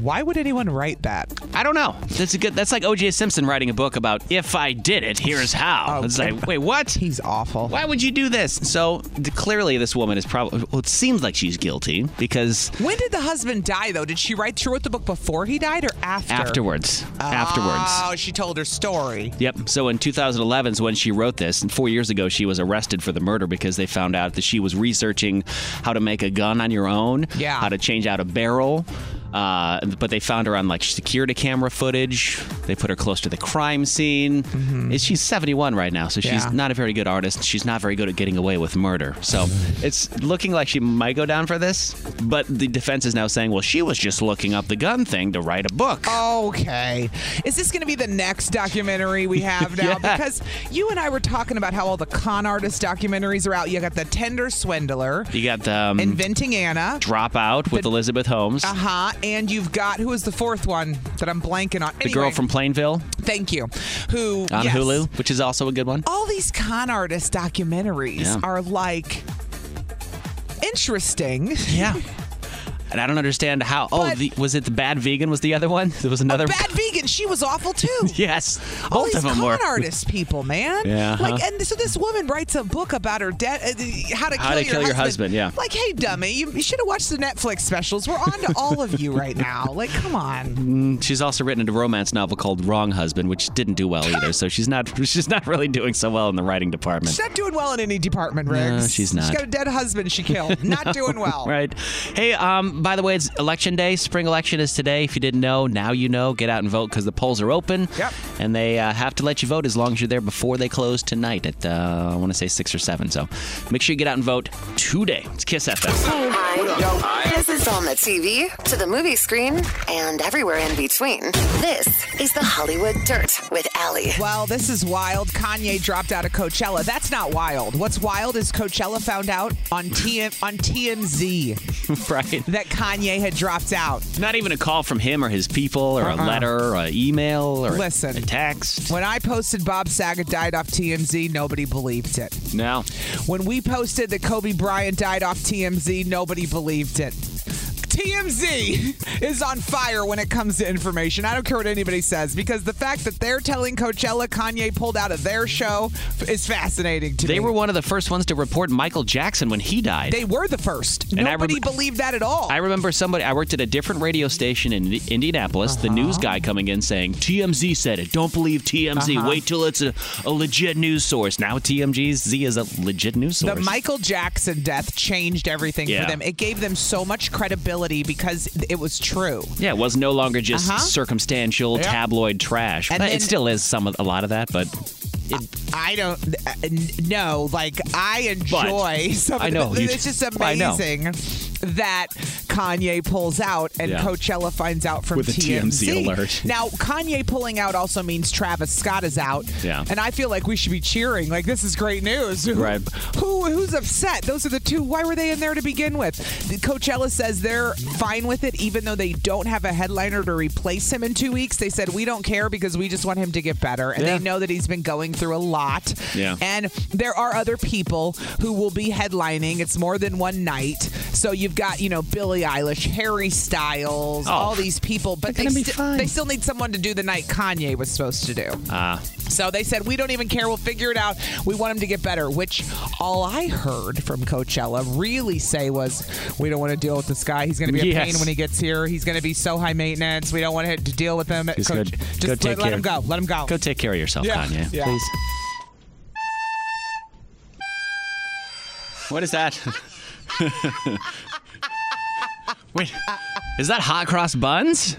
B: Why would anyone write that?
C: I don't know. That's a good. That's like O.J. Simpson writing a book about if I did it, here's how. it's like, wait, what?
B: Oh, He's awful.
C: Why would you do this? So d- clearly, this woman is probably. Well, it seems like she's guilty because
B: When did the husband die, though? Did she write? She wrote the book before he died, or after?
C: afterwards, afterwards.
B: Oh, she told her story.
C: Yep. So in 2011 is when she wrote this, and four years ago she was arrested for the murder because they found out that she was researching how to make a gun on your own,
B: Yeah.
C: how to change out a barrel. Uh, but they found her on like security camera footage. They put her close to the crime scene. And She's 71 right now, so she's
B: Mm-hmm. Yeah.
C: not a very good artist. She's not very good at getting away with murder. So it's looking like she might go down for this. But the defense is now saying, well, she was just looking up the gun thing to write a book.
B: Oh, Okay. Is this going to be the next documentary we have now?
C: Yeah.
B: Because you and I were talking about how all the con artist documentaries are out. You got the Tender Swindler,
C: You got the um,
B: Inventing Anna.
C: Dropout with Elizabeth Holmes.
B: Uh huh. And you've got who is the fourth one that I'm blanking on?
C: The girl
B: Anyway,
C: from Plainville
B: Thank you. Who
C: on
B: yes.
C: Hulu, which is also a good one.
B: All these con artist documentaries
C: Yeah.
B: are like interesting.
C: Yeah. And I don't understand how. Oh, the, was it the Bad Vegan? Was the other one? There was another.
B: Bad vegan. She was awful too.
C: yes,
B: All
C: both
B: these
C: of them
B: con
C: were.
B: artist people, man.
C: Yeah,
B: Like,
C: huh.
B: and so this woman writes a book about her debt, uh, how to
C: How
B: kill,
C: to
B: your,
C: kill your husband,
B: husband.
C: yeah.
B: Like, hey, dummy, you, you should have watched the Netflix specials. We're on to all of you right now. Like, come on.
C: Mm, She's also written a romance novel called Wrong Husband, which didn't do well either. So she's not. She's not really doing so well in the writing department.
B: She's not doing well in any department, Riggs.
C: No, she's
B: She's
C: not.
B: got a dead husband she killed. Not doing well.
C: Right. Hey, um, by the way, it's election day. Spring election is today. If you didn't know, now you know. Get out and vote because the polls are open. Yep. And they uh, have to let you vote as long as you're there before they close tonight at, uh, I want to say 6 or 7. So make sure you get out and vote today. It's Kiss FM.
A: This is on the TV, to the movie screen, and everywhere in between. This is the Hollywood Dirt with Allie.
B: Well, this is wild. Kanye dropped out of Coachella. That's not wild. What's wild is Coachella found out on TM on TMZ
C: right.
B: that Kanye had dropped out.
C: Not even a call from him or his people or
B: Uh-uh.
C: a letter or an email or a-
B: Listen.
C: a text.
B: When I posted Bob Saget died off TMZ, nobody believed it.
C: No.
B: When we posted that Kobe Bryant died off TMZ, nobody believed it. TMZ is on fire when it comes to information. I don't care what anybody says because the fact that they're telling Coachella Kanye pulled out of their show f- is fascinating to me.
C: They were one of the first ones to report Michael Jackson when he died.
B: They were the first.
C: And I
B: Nobody
C: rem-
B: believed that at all.
C: I remember somebody, I worked at a different radio station in Indi- Indianapolis, the
B: Uh-huh.
C: news guy coming in saying, TMZ said it. Don't believe TMZ.
B: Uh-huh.
C: Wait till it's a, a legit news source. Now TMZ is a legit news
B: the
C: source.
B: Michael Jackson death changed everything
C: Yeah.
B: for them. It gave them so much credibility because it was true.
C: yeah, it was no longer just
B: Uh-huh.
C: circumstantial
B: Yep.
C: tabloid trash.
B: And
C: But
B: then-
C: it still is some of, a lot of that, but it,
B: I don't uh, n- no, like I enjoy
C: But-
B: some of
C: I know,
B: the,
C: you-
B: it's just
C: I know.
B: amazing that Kanye pulls out and
C: Yeah.
B: Coachella finds out from
C: With a
B: TMZ.
C: TMZ alert.
B: Now Kanye pulling out also means Travis Scott is out.
C: Yeah.
B: And I feel like we should be cheering. Like this is great news. Who-
C: Right.
B: Who who's upset? Those are the two. Why were they in there to begin with? The Coachella says they're fine with it, even though they don't have a headliner to replace him in two weeks. They said we don't care because we just want him to get better, and
C: Yeah.
B: they know that he's been going through a lot.
C: Yeah.
B: And there are other people who will be headlining. It's more than one night. So you've you've got you know Billie Eilish, Harry Styles,
C: Oh.
B: all these people, but they,
C: gonna be
B: sti-
C: fun.
B: they still need someone to do the night Kanye was supposed to do.
C: Ah.
B: So they said we don't even care. We'll figure it out. We want him to get better. Which all I heard from Coachella really say was, we don't want to deal with this guy. He's going to be a
C: Yes.
B: pain when he gets here. He's going to be so high maintenance. We don't want to to deal with him.
C: Just go,
B: Coach-
C: just
B: Uh, just
C: go
B: let,
C: take
B: let
C: care.
B: him go. Let him go.
C: Go take care of yourself,
B: Yeah,
C: Kanye.
B: yeah.
C: Please. What is that? Wait, is that hot cross buns?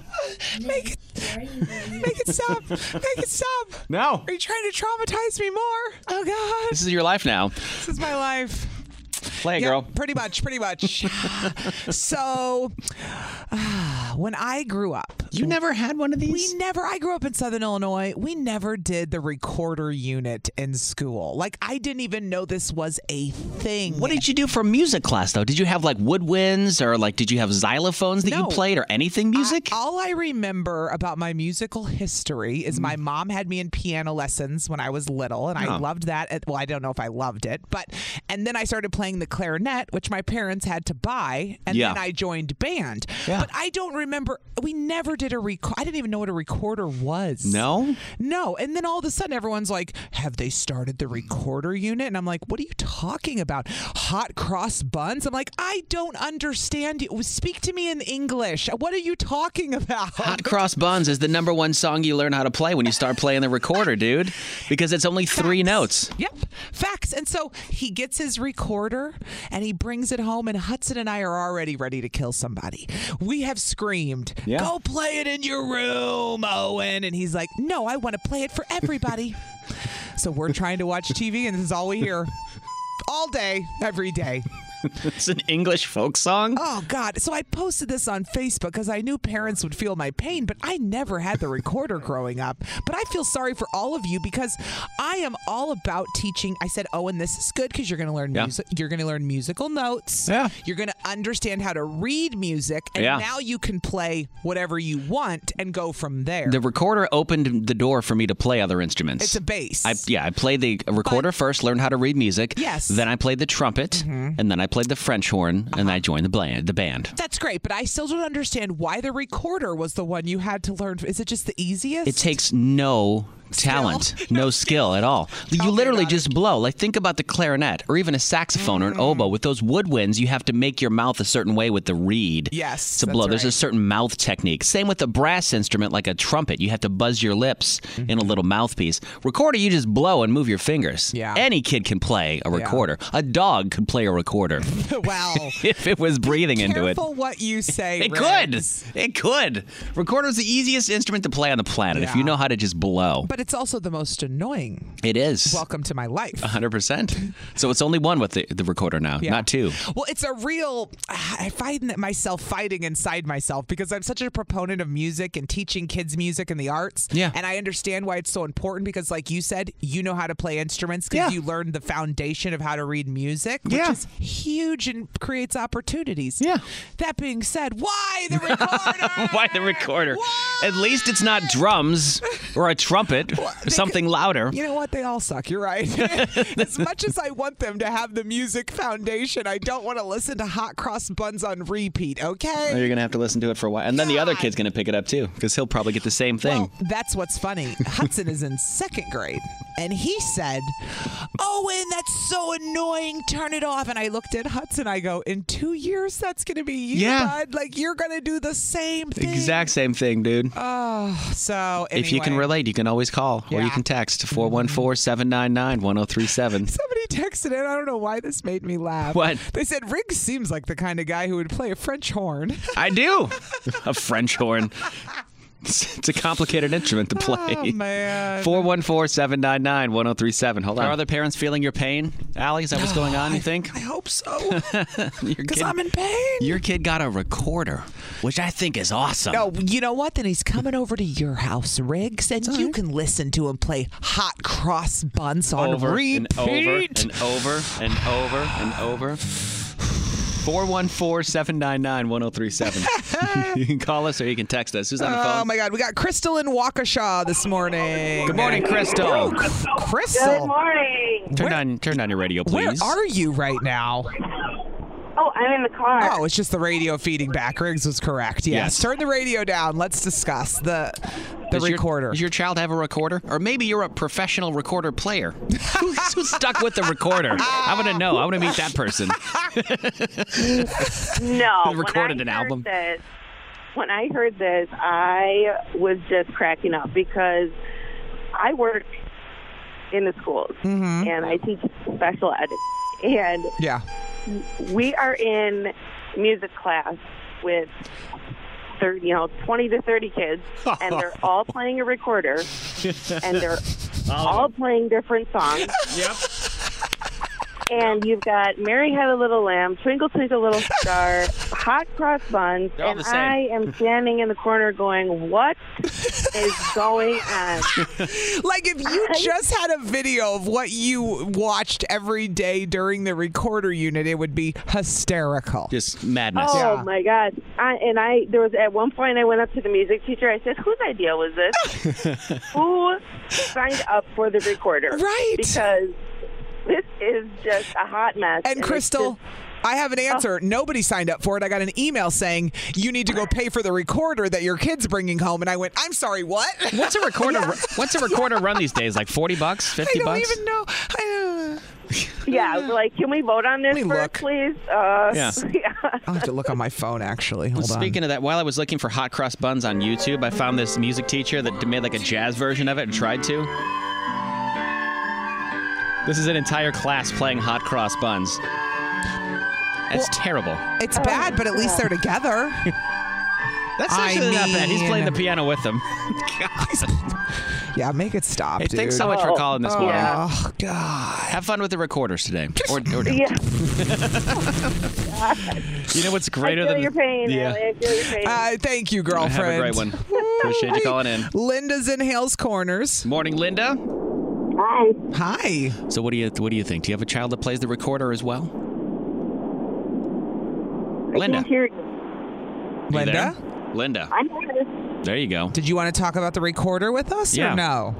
B: Make it, make it stop. Make it stop.
C: No.
B: Are you trying to traumatize me more? Oh, God.
C: This is your life now.
B: This is my life.
C: Play it,
B: Yeah,
C: girl.
B: Pretty much, pretty much. so, ah, when I grew up,
C: you never had one of these.
B: We never. I grew up in Southern Illinois. We never did the recorder unit in school. Like I didn't even know this was a thing.
C: What did you do for music class though? Did you have like woodwinds or like did you have xylophones that
B: No.
C: you played or anything music?
B: All I remember about my musical history is
C: Mm.
B: my mom had me in piano lessons when I was little, and I
C: Oh.
B: loved that. At- Well, I don't know if I loved it, but and then I started playing the clarinet, which my parents had to buy, and
C: Yeah.
B: then I joined band. But I don't remember. We never did a record. I didn't even know what a recorder was.
C: No?
B: no. And then all of a sudden, everyone's like, "Have they started the recorder unit?" And I'm like, "What are you talking about? Hot cross buns?" I'm like, "I don't understand you. Speak to me in English. What are you talking about?"
C: Hot Cross Buns is the number one song you learn how to play when you start playing the recorder, dude, because it's only three notes.
B: Yep, facts. And so he gets his recorder and he brings it home, and Hudson and I are already ready to kill somebody. We have screamed,
C: Yeah.
B: Go play it in your room, Owen. And he's like, No, I want to play it for everybody. so we're trying to watch TV, and this is all we hear all day, every day.
C: it's an English folk song.
B: Oh God! So I posted this on Facebook because I knew parents would feel my pain, but I never had the recorder growing up. But I feel sorry for all of you because I am all about teaching. I said, "Oh, and this is good because you're going to learn
C: Yeah.
B: music. You're going to learn musical notes. Yeah. You're going to understand how to read music, and
C: Yeah.
B: now you can play whatever you want and go from there."
C: The recorder opened the door for me to play other instruments.
B: It's a bass.
C: I, yeah, I played the recorder first, learned how to read music.
B: Yes.
C: Then I played the trumpet,
B: Mhm.
C: and then I played the French horn, and I joined the band. The band.
B: That's great, but I still don't understand why the recorder was the one you had to learn. Is it just the easiest?
C: It takes no talent, no skill at all. you literally just blow. Like think about the clarinet or even a saxophone
B: Mm.
C: or an oboe. With those woodwinds, you have to make your mouth a certain way with the reed.
B: Yes,
C: To
B: that's
C: blow. There's a
B: right.
C: certain mouth technique. Same with a brass instrument like a trumpet. You have to buzz your lips in a
B: Mm-hmm.
C: little mouthpiece. Recorder, you just blow and move your fingers. Yeah. Any kid can play a recorder. A dog could play a recorder.
B: wow.
C: if it was breathing into it.
B: Careful what you say.
C: It
B: Rick.
C: could. It could. Recorder's the easiest instrument to play on the planet if you
B: Yeah.
C: know how to just blow.
B: But it's also the most annoying.
C: It is.
B: Welcome to my life.
C: 100%. So it's only one with the, the recorder now,
B: Yeah.
C: not two.
B: Well, it's a real. I find that myself fighting inside myself because I'm such a proponent of music and teaching kids music and the arts.
C: Yeah.
B: And I understand why it's so important because, like you said, you know how to play instruments because you learned the foundation of how to read music, which
C: Yeah.
B: is huge and creates opportunities. Yeah. That being said, why the
C: Why the recorder? At least it's not drums or a trumpet, something louder.
B: You know what? They all suck. You're right. as much as I want them to have the music foundation, I don't want to listen to Hot Cross Buns on repeat, okay?
C: You're going to have to listen to it for a while. And then the other kid's going to pick it up too, because he'll probably get the same thing.
B: That's what's funny. Hudson is in second grade, and he said, Owen, that's so annoying. Turn it off. And I looked at Hudson. I go, In two years, that's going to be you,
C: Yeah.
B: bud. Like, you're going to do the same thing.
C: exact same thing, dude.
B: Oh, so
C: If you can
B: anyway.
C: relate, you can always call or you can text 414 799 1037.
B: Somebody texted in. I don't know why this made me laugh.
C: What?
B: They said Riggs seems like the kind of guy who would play a French horn.
C: I do. A French horn. It's it's a complicated instrument to play.
B: Oh, man.
C: 414 799 1037. Hold on. Are other parents feeling your pain, Allie? Is that what's going on, you think? I
B: hope so.
C: Because
B: I'm in pain.
C: Your kid got a recorder, which I think is awesome.
B: No, you know what? Then he's coming over to your house, Riggs, and you can listen to him play hot cross buns on
C: over
B: repeat.
C: and over and over and over and over. 414 799 1037. You can call us or you can text us. Who's on the phone?
B: Oh my God! We got Crystal in Waukesha this morning.
C: Good morning, Crystal.
B: Oh, C- Crystal.
K: Good morning.
C: Turn
B: Where-
C: on, turn on your radio,
B: Where
C: please.
B: are you right now?
G: Oh, I'm in the car.
B: Oh, it's just the radio feeding back. Riggs was correct. Yes.
C: Yes.
B: Turn the radio down. Let's discuss the the
C: Does your-
B: recorder.
C: does your child have a recorder? Or maybe you're a professional recorder player. who's, who's stuck with the recorder? I want to know. I want to meet that person.
G: no.
C: They recorded
G: when
C: an
G: I heard
C: album.
G: This, when I heard this, I was just cracking up because I work in the schools
C: Mm-hmm.
G: and I teach special ed. And
B: yeah.
G: we are in music class with 30, you know, 20 to 30 kids, and they're all playing a recorder, and they're
C: Oh.
G: all playing different songs.
C: Yep.
G: And you've got Mary Had a Little Lamb, Twinkle Twinkle Little Star, Hot Cross Buns,
C: They're all
G: and
C: the same.
G: I am standing in the corner going, What is going on?
B: like if you just had a video of what you watched every day during the recorder unit, it would be hysterical.
C: Just madness.
G: Oh my gosh! I, and I there was at one point I went up to the music teacher. I said, "Whose idea was this? Who signed up for the recorder? Right? Because this is just a hot mess."
B: And
G: it's Oh.
B: Crystal, I have an answer. Nobody signed up for it. I got an email saying you need to go pay for the recorder that your kid's bringing home, and I went, "I'm sorry, what?
C: What's a recorder? What's a recorder run these days? Like forty bucks, fifty
B: I don't
C: bucks?
B: even know. I,
G: just- yeah, like can we vote on this first, please? Uh,
C: Yeah.
B: will have to look on my phone actually. Hold on.
C: Speaking of that, while I was looking for hot cross buns on YouTube, I found this music teacher that made like a jazz version of it and tried to. This is an entire class playing hot cross buns. That's terrible.
B: It's bad, but at least they're together.
C: That's
B: I
C: actually not bad. He's playing the
B: mean-
C: piano with them.
B: yeah, make it stop.
C: Hey, thanks
B: dude.
C: so much for calling this morning.
B: Oh, God.
C: Have fun with the recorders today. Or, or don't.
G: Yeah.
C: You know what's greater
G: I feel
C: than
G: your pain,
C: Yeah.
G: Ellie. I feel your pain.
B: Uh, thank you, girlfriend.
C: Have a great one. Appreciate you calling in.
B: Linda's in Hales Corners.
C: Morning, Linda.
G: Hi.
B: Hi.
C: So what do you what do you think? Do you have a child that plays the recorder as well? Linda.
G: hear
C: You
B: Linda?
C: there? Linda.
G: I'm here.
C: There you go.
B: Did you want to talk about the recorder with us
C: Yeah.
B: or no?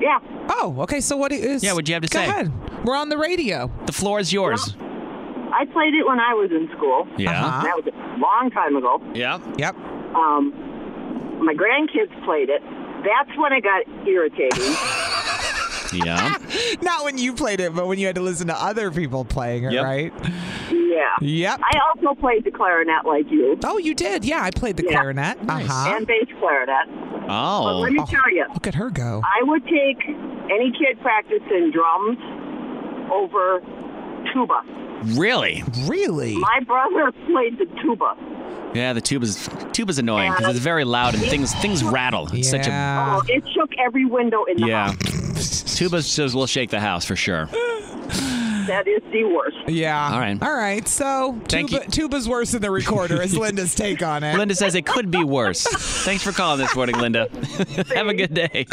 G: Yeah.
B: Oh, okay. So what is?
C: Yeah, what'd you have to
B: Go
C: say?
B: ahead. We're on the radio.
C: The floor is yours.
G: I played it when I was in school.
C: Yeah. Uh-huh.
G: That was a long time ago.
C: Yeah.
B: Yep.
G: Um, my grandkids played it. That's when it got irritating.
C: Yeah.
B: Not when you played it, but when you had to listen to other people playing it,
C: Yep.
B: right?
G: yeah.
B: Yep.
G: I also played the clarinet like you.
B: Oh, you did. Yeah, I played the
G: Yeah.
B: clarinet. Uh-huh.
G: And bass clarinet. But
C: Oh.
G: let me tell you,
B: Look at her go.
G: I would take any kid practicing drums over tuba.
C: Really?
B: Really?
G: My brother played the tuba.
C: Yeah, the tuba's tuba's annoying because it's very loud and things things rattle. It's such a
B: Yeah.
G: oh, it shook every window in the
C: Yeah. tuba's just will shake the house for sure.
G: house. That is the worst.
B: Yeah.
C: All right.
B: All right. So
C: Thank
B: tuba,
C: you.
B: tuba's worse than the recorder is Linda's take on it.
C: Linda says it could be worse. Thanks for calling this morning, Linda. Have a good day.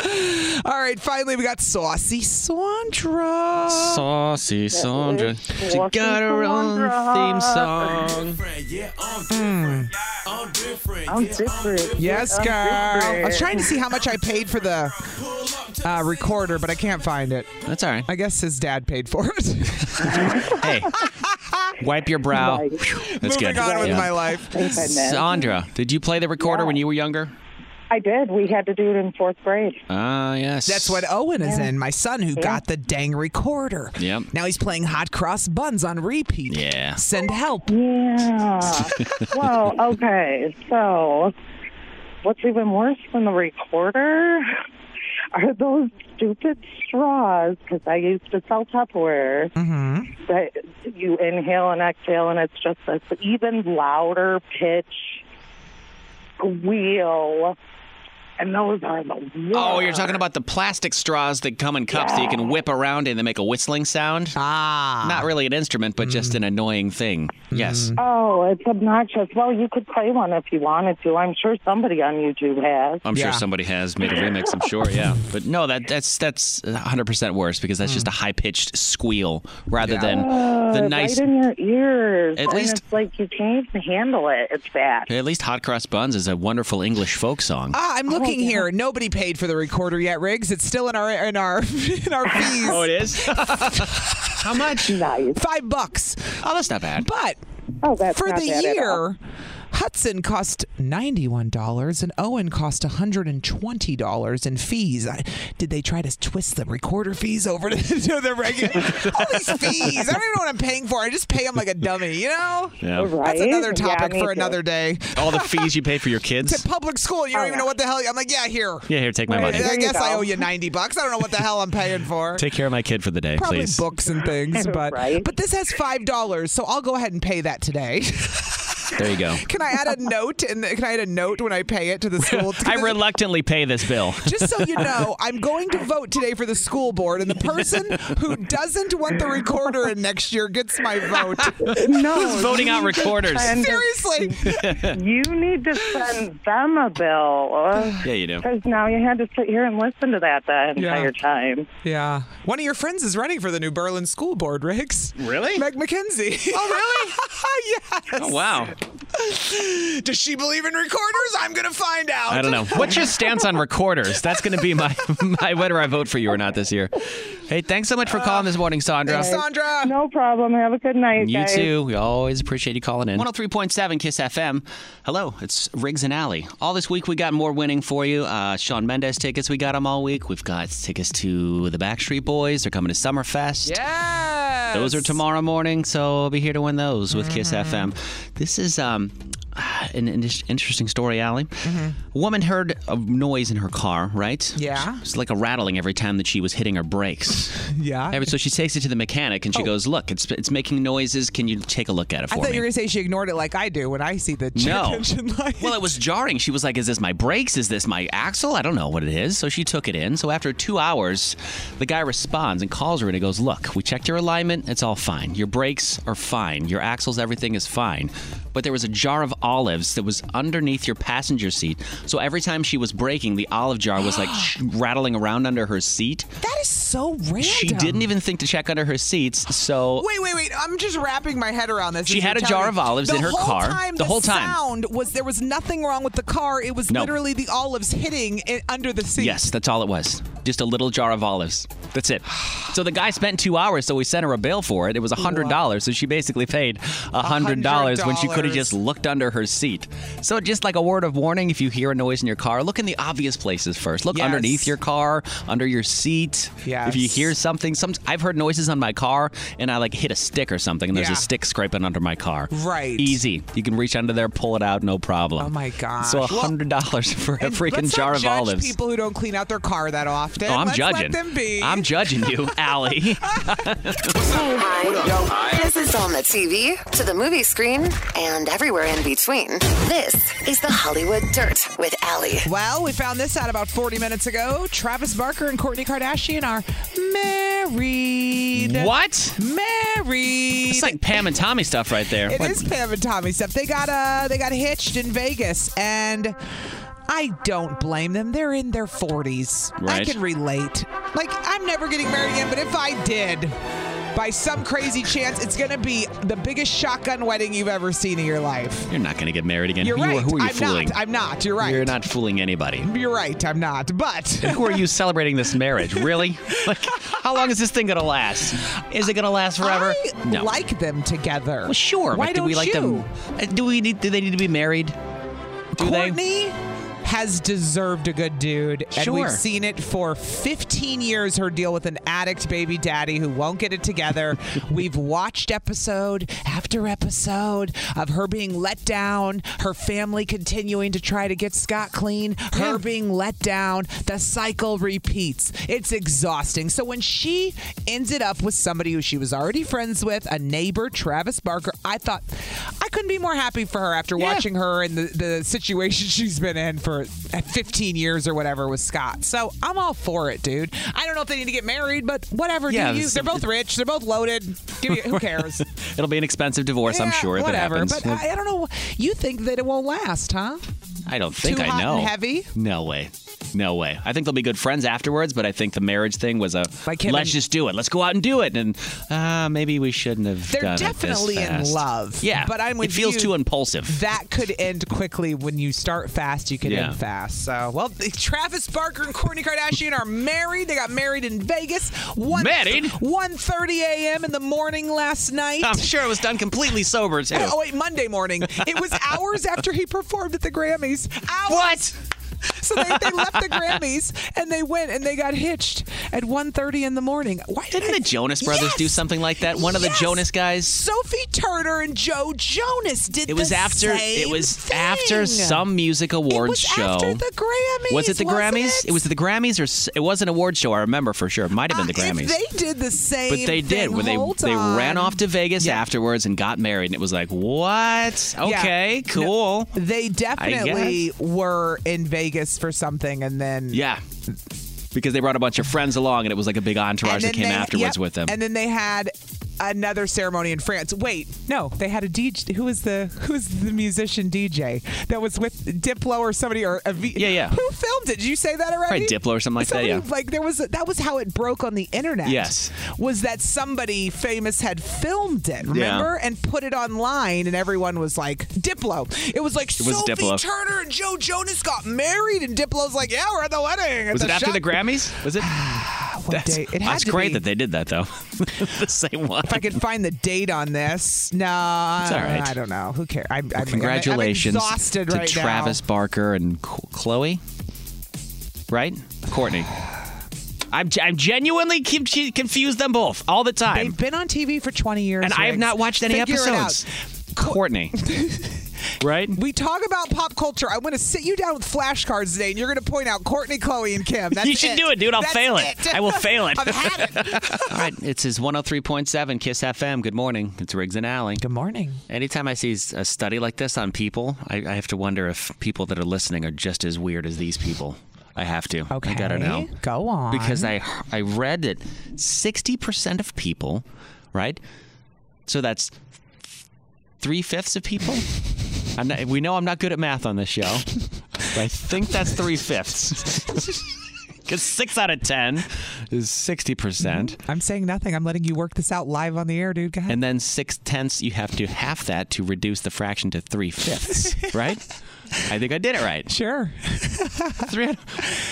B: All right. Finally, we got Saucy Sandra.
C: Saucy Sandra. She
G: Saucy
C: got her own theme
G: Sandra.
C: song.
G: I'm different.
B: Hmm. Yes,
G: I'm
B: girl. I was
G: different.
B: trying to see how much I paid for the uh, recorder, but I can't find it.
C: That's all right.
B: I guess his dad paid for it.
C: Hey, wipe your brow.
G: Right.
C: That's
B: Moving
C: good.
B: on with
C: Yeah.
B: my life.
K: Thank goodness.
C: Sandra, did you play the recorder when you were younger?
K: I did. We had to do it in fourth grade.
C: Ah, yes.
B: That's what Owen is in, my son who got the dang recorder.
C: Yep.
B: Now he's playing hot cross buns on repeat.
C: Yeah.
B: Send help.
K: Yeah. well, oh, okay. So, what's even worse than the recorder are those stupid straws, because I used to sell Tupperware,
B: hmm
K: that you inhale and exhale, and it's just this even louder pitch squeal. And those are the worst.
C: Oh, you're talking about the plastic straws that come in cups that you can whip around and they make a whistling sound?
B: Ah.
C: Not really an instrument, but just an annoying thing.
B: Mm.
C: Yes.
K: Oh, it's obnoxious. Well, you could play one if you wanted to. I'm sure somebody on YouTube has.
C: I'm
B: Yeah.
C: sure somebody has made a remix. I'm sure, yeah. But no, that that's that's 100 percent worse because that's just a high pitched squeal rather
B: Hmm. Yeah.
C: than the
K: Uh,
C: nice.
K: right in your ears.
C: At
K: and
C: least-
K: it's like you can't even handle it. It's bad.
C: At least hot cross buns is a wonderful English folk song.
B: Ah, I'm looking
K: oh,
B: here. Nobody paid for the recorder yet, Riggs. It's still in our in our in our fees.
C: it Oh, is. How much?
K: Nice.
B: Five bucks.
C: Oh, that's not bad.
B: But
K: Oh, that's
B: For
K: not
B: the
K: bad at all.
B: year, Hudson cost $91 and Owen cost $120 in fees. I, did they try to twist the recorder fees over to, to the regular? All these fees. I don't even know what I'm paying for. I just pay them like a dummy, you know?
C: Yeah.
B: That's another topic for another day.
C: All the fees you pay for your kids.
B: To public school, you don't even know what the hell. I'm like, Oh, yeah, here.
C: Yeah, here, take my money.
B: I guess I owe you 90 bucks. I don't know what the hell I'm paying for.
C: Take care of my kid for the day,
B: Probably
C: please.
B: books and things, but but this has five dollars, so I'll go ahead and pay that today.
C: There you go.
B: can I add a note? And can I add a note when I pay it to the school?
C: I reluctantly pay this bill.
B: Just so you know, I'm going to vote today for the school board, and the person who doesn't want the recorder in next year gets my vote.
K: No,
C: Who's voting
K: you
C: out
K: just
C: recorders?
K: send-
B: Seriously.
K: you need to send them a bill.
C: Yeah, you do.
K: Because now you had to sit here and listen to that the
B: Yeah.
K: entire time.
B: Yeah. One of your friends is running for the New Berlin School Board, Riggs.
C: Really?
B: Meg McKenzie.
C: Oh,
B: really? yes.
C: Oh, wow.
B: Does she believe in recorders? I'm going to find out.
C: I don't know. What's your stance on recorders? That's going to be my, my whether I vote for you or not this year. Hey, thanks so much for calling this morning, Sandra.
B: Sandra.
K: No problem. Have a good night,
C: You
K: guys.
C: too. We always appreciate you calling in. 103.7 Kiss FM. Hello, it's Riggs and Alley. All this week we got more winning for you. Uh, Sean Mendez tickets, we got them all week. We've got tickets to the Backstreet Boys. They're coming to Summerfest.
B: Yeah.
C: Those are tomorrow morning, so I'll be here to win those with Kiss FM. This is um, an, an interesting story, Allie. A woman heard a noise in her car, right?
B: Yeah.
C: It's like a rattling every time that she was hitting her brakes.
B: Yeah.
C: Every- So she takes it to the mechanic and she goes, "Look, it's it's making noises. Can you take a look at it
B: Oh. I
C: for
B: thought
C: me?"
B: you were going to say she ignored it like I do when I see the check
C: No.
B: engine light.
C: Well, it was jarring. She was like, "Is this my brakes? Is this my axle? I don't know what it is." So she took it in. So after two hours, the guy responds and calls her and he goes, "Look, we checked your alignment. It's all fine. Your brakes are fine. Your axles, everything is fine." But there was a jar of olives that was underneath your passenger seat. So every time she was braking, the olive jar was like sh- rattling around under her seat.
B: That is so random.
C: She didn't even think to check under her seats. So
B: Wait, wait, wait! I'm just wrapping my head around this.
C: She
B: as
C: had a
B: you're telling
C: jar
B: me.
C: of olives
B: the
C: in her
B: whole
C: car.
B: Time,
C: The whole time.
B: sound was there was nothing wrong with the car. It was
C: No.
B: literally the olives hitting it under the seat.
C: Yes, that's all it was. Just a little jar of olives. That's it. So the guy spent two hours, so we sent her a bill for it. It was $100, so she basically paid $100, when she could have just looked under her seat. So, just like a word of warning if you hear a noise in your car, look in the obvious places first. Look
B: Yes.
C: underneath your car, under your seat.
B: Yes.
C: If you hear something, some, I've heard noises on my car, and I like hit a stick or something, and there's
B: Yeah.
C: a stick scraping under my car.
B: Right.
C: Easy. You can reach under there, pull it out, no problem.
B: Oh my gosh.
C: So
B: Well-
C: $100 for a
B: And
C: freaking
B: let's
C: jar
B: not
C: of
B: judge
C: olives.
B: People who don't clean out their car that often.
C: Oh, I'm
B: Let's
C: judging.
B: Let them be.
C: I'm judging you, Allie.
A: This is on the TV, to the movie screen, and everywhere in between. This is the Hollywood Dirt with Allie.
B: Well, we found this out about 40 minutes ago. Travis Barker and Courtney Kardashian are married.
C: What?
B: Married.
C: It's like Pam and Tommy stuff right there.
B: It is
C: What-
B: Pam and Tommy stuff. They got uh they got hitched in Vegas and I don't blame them. They're in their 40s. I
C: Right.
B: can relate. Like I'm never getting married again, but if I did, by some crazy chance, it's going to be the biggest shotgun wedding you've ever seen in your life.
C: You're not going to get married again.
B: You're
C: Who are-
B: right.
C: Who are you
B: I'm
C: fooling?
B: not. I'm not. You're right.
C: You're not fooling anybody.
B: You're right. I'm not. But
C: And who are you celebrating this marriage? Really? Like, how long is this thing going to last? Is it going to last forever?
B: I
C: no.
B: like them together.
C: Well, sure.
B: Why
C: but
B: don't
C: do we like
B: you?
C: them? uh, Do we need? Do they need to be married? Do
B: Courtney has deserved a good dude, and we've
C: Sure.
B: seen it for 15 years. Her deal with an addict baby daddy who won't get it together. we've watched episode after episode of her being let down, her family continuing to try to get Scott clean, her being let down. The cycle repeats. It's exhausting. So when she ended up with somebody who she was already friends with, a neighbor, Travis Barker, I thought I couldn't be more happy for her after watching her and the, the situation she's been in for 15 years or whatever with Scott. So I'm all for it, dude. I don't know if they need to get married, but whatever.
C: Yeah,
B: do you?
C: this-
B: They're both rich. They're both loaded. Give you, who cares?
C: It'll be an expensive divorce, I'm
B: Yeah,
C: sure. If
B: Whatever.
C: It happens.
B: But I, I don't know. You think that it won't last, huh?
C: I don't think
B: Too
C: I
B: hot
C: know.
B: and heavy?
C: No way. No way. I think they'll be good friends afterwards, but I think the marriage thing was a
B: him
C: let's
B: and-
C: just do it. Let's go out and do it. And uh, maybe we shouldn't have.
B: They're
C: done it this
B: definitely in
C: fast.
B: love.
C: Yeah,
B: but I'm with
C: It feels
B: you.
C: too impulsive.
B: That could end quickly when you start fast. You can
C: Yeah.
B: end fast. So, well, Travis Barker and Kourtney Kardashian are married. They got married in Vegas. One,
C: Married? Oh,
B: 1.30 a.m. in the morning last night.
C: I'm sure it was done completely sober too.
B: Oh wait, Monday morning. It was hours after he performed at the Grammys. Hours.
C: What?
B: So they, they left the Grammys and they went and they got hitched at 1.30 in the morning. Why did
C: Didn't the Jonas Brothers do something like that? One of the
B: Yes!
C: Jonas guys.
B: Sophie Turner and Joe Jonas did
C: It was
B: the
C: after.
B: same
C: It was
B: thing.
C: after some music awards show.
B: after the Grammys.
C: was it the
B: wasn't
C: Grammys? It? was the Grammys, or s- it was an award show. I remember for sure. It might have
B: Uh,
C: been the Grammys.
B: They did the same.
C: but they did.
B: thing.
C: Where they
B: Hold
C: they
B: on.
C: ran off to Vegas afterwards and got married, and it was like, what? Okay,
B: Yeah.
C: cool.
B: No, they definitely
C: guess.
B: were in Vegas for something, and then
C: Yeah. Because they brought a bunch of friends along, and it was like a big entourage that
B: then
C: came
B: they-
C: afterwards
B: yep,
C: with them.
B: And then they had another ceremony in France. Wait, no, they had a DJ. Who was the who was the musician DJ that was with Diplo or somebody or a V? Yeah, yeah. Who filmed it? Did you say that already?
C: Probably Diplo or something like that,
B: Somebody-
C: yeah.
B: Like there was that was how it broke on the internet.
C: Yes.
B: was that somebody famous had filmed it?
C: Yeah.
B: Remember and put it online, and everyone was like Diplo. It was like
C: It was
B: Sophie
C: Diplo.
B: Turner and Joe Jonas got married, and Diplo's like, yeah, we're at the wedding. at
C: was it after
B: shop."
C: the Grammys? Was it? that's
B: day. It had
C: that's
B: to
C: great
B: be.
C: that they did that though. the same one.
B: If I could find the date on this, no, I
C: It's all
B: don't-
C: right.
B: I don't know. Who cares? I'm, I'm,
C: Congratulations
B: I'm exhausted
C: to
B: right
C: Travis Barker and Co- Chloe, right? Courtney. I'm, I'm genuinely keep keep- confused them both all the
B: now.
C: time.
B: They've been on TV for 20 years,
C: and I have
B: Riggs.
C: not watched any
B: Figure it out.
C: episodes. Courtney. right?
B: We talk about pop culture. I'm going to sit you down with flashcards today, and you're going to point out Courtney, Chloe, and Kim. That's
C: you should
B: it.
C: do it, dude. I'll
B: That's
C: fail it. I will fail it.
B: I've had it.
C: All right, it's his 103.7 Kiss FM. Good morning. It's Riggs and Alley. Good
B: morning.
C: Anytime I see s- a study like this on people, I, I have to wonder if people that are listening are just as weird as these people. I have to. Okay. I gotta know.
B: Go on.
C: Because I I read that 60% of people, right? So that's three fifths of people. I'm not, we know I'm not good at math on this show. but I think that's three fifths. Because six out of ten is sixty percent,
B: Mm-hmm. I'm saying nothing. I'm letting you work this out live on the air, dude. Go ahead.
C: and then six tenths you have to half that to reduce the fraction to three fifths. right? I think I did it right.
B: Sure.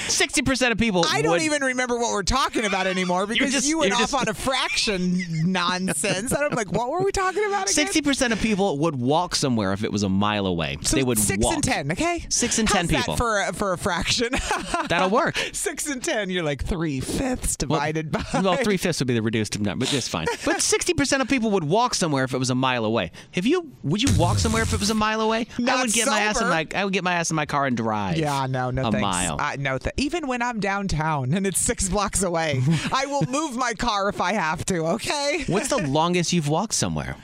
C: Sixty percent of people.
B: I don't
C: would-
B: even remember what we're talking about anymore because
C: just-
B: you went
C: you're
B: off
C: just-
B: on a fraction nonsense. And I'm like, what were we talking about again?
C: Sixty percent of people would walk somewhere if it was a mile away. they would
B: six
C: walk.
B: and ten, okay?
C: Six and
B: How's
C: ten people.
B: That for a, for a fraction.
C: That'll work.
B: Six and ten, you're like three fifths divided by.
C: Well, three fifths would be the reduced number, but that's fine. But sixty percent of people would walk somewhere if it was a mile away. Have you? Would you walk somewhere if it was a mile away? I
B: Not
C: would get my ass in
B: sober.
C: my. I would get my ass in my car and drive.
B: Yeah, no, no
C: a
B: thanks.
C: mile.
B: I, no, th- even when I'm downtown and it's six blocks away, I will move my car if I have to. Okay.
C: What's the longest you've walked somewhere?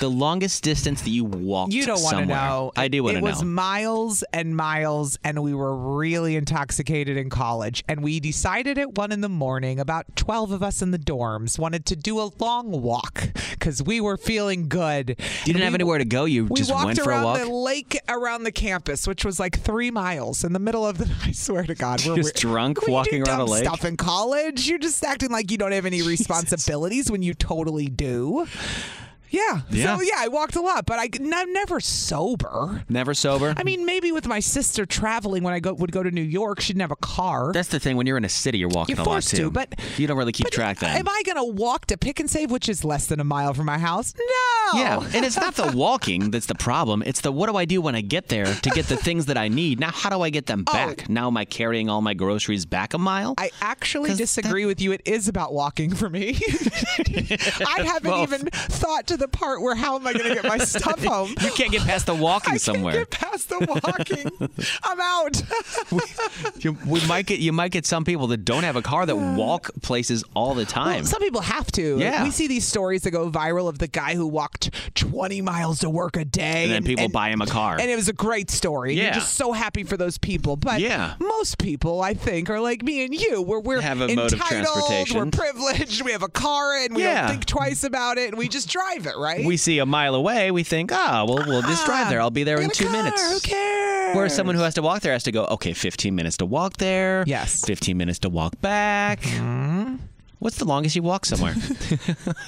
C: The longest distance that you walked.
B: You don't
C: want to
B: know.
C: I do want
B: It
C: to know.
B: was miles and miles, and we were really intoxicated in college. And we decided at one in the morning, about 12 of us in the dorms wanted to do a long walk because we were feeling good.
C: you didn't have anywhere to go. You
B: we
C: just
B: walked
C: went for
B: around
C: a walk.
B: the lake around the campus, which was like three miles in the middle of the. I swear to God, we're
C: Just drunk
B: we
C: walking
B: do
C: around a
B: dumb
C: lake?
B: Stuff in college, you're just acting like you don't have any responsibilities when you totally do. Yeah.
C: Yeah.
B: So yeah, I walked a lot, but I am never sober.
C: Never sober.
B: I mean, maybe with my sister traveling when I go, would go to New York, she didn't have a car.
C: that's the thing. When you're in a city, you're walking
B: You're
C: a lot
B: forced
C: too.
B: to, but-
C: you don't really keep track then.
B: Am I gonna walk to Pick and Save, which is less than a mile from my house? No.
C: Yeah, and it's not the walking that's the problem. It's the what do I do when I get there to get the things that I need? Now, how do I get them back? Now, am I carrying all my groceries back a mile?
B: Oh. I actually disagree with you. It is about walking for me. I haven't
C: Well-
B: even thought to the part where how am I going to get my stuff home?
C: you can't get past the walking somewhere.
B: Past the walking, I'm out.
C: You, we might get you might get some people that don't have a car that walk places all the time.
B: Some people have to.
C: Yeah.
B: We see these stories that go viral of the guy who walked walked 20 miles to work a day.
C: And then people buy him a car.
B: And it was a great story. and
C: Yeah.
B: You're just so happy for those people. But
C: Yeah.
B: most people, I think, are like me and you, where we're
C: Have a mode
B: entitled,
C: of
B: we're
C: transportation.
B: privileged, we have a car, and we
C: Yeah.
B: don't think twice about it, and we just drive it, right?
C: We see a mile away, we think, ah, well, we'll just drive there. I'll be there in two minutes. Who
B: cares?
C: Whereas someone who has to walk there has to go, okay, 15 minutes to walk there. Yes. 15 minutes to walk back.
B: Mm-hmm.
C: What's the longest you walk somewhere?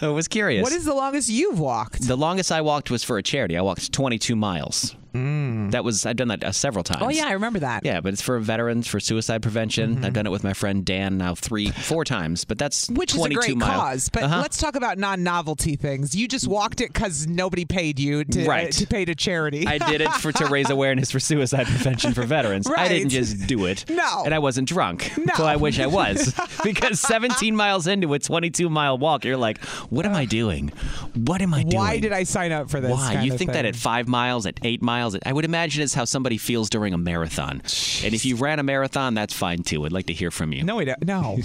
C: I was curious.
B: What is the longest you've walked?
C: The longest I walked was for a charity. I walked 22 miles. That was I've done that uh, several times.
B: Mm. Oh, yeah, I remember that. Mm-hmm.
C: Yeah, but it's for veterans for suicide prevention. I've done it with my friend Dan now three, four times. But that's
B: Which is a
C: 22
B: great
C: mile.
B: cause, but
C: Uh-huh.
B: let's talk about non-novelty things. You just walked it because nobody paid you to, uh,
C: Right.
B: to pay to charity.
C: I did it for to raise awareness for suicide prevention for veterans. I
B: Right.
C: didn't just do it.
B: No.
C: And I wasn't drunk. So I wish I was. because 17 miles into a 22 mile walk, you're like, what am I doing? What am I doing?
B: Why did I sign up for this?
C: Why?
B: kind
C: You
B: of
C: think that
B: thing?
C: at five miles, at eight miles, I would imagine it's how somebody feels during a marathon. And if you ran a marathon, that's fine too. I'd like to hear from you.
B: No, we don't. No.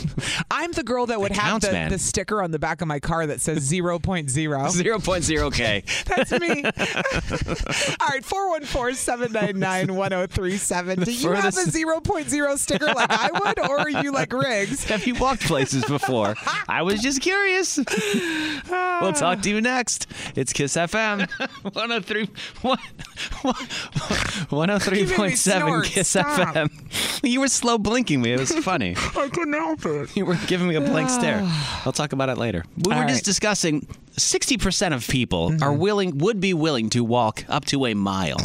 B: I'm the girl that would have
C: counts,
B: the,
C: man.
B: the sticker on the back of my car that says 0.0.
C: 0.0K.
B: That's me. All right, 414 799 1037. Do you have a
C: furthest-
B: 0.0 sticker like I would, or are you like Riggs?
C: Have you walked places before? I was just curious. we'll talk to you next. It's Kiss FM 103 one- oh one-
B: You made me
C: 103.7
B: snort.
C: Kiss
B: Stop.
C: FM. You were slow blinking me. It was funny.
B: I couldn't help it.
C: You were giving me a blank stare. I'll talk about it later. We
B: All
C: were
B: right. Mm-hmm.
C: just discussing 60% of people are willing would be willing to walk up to a mile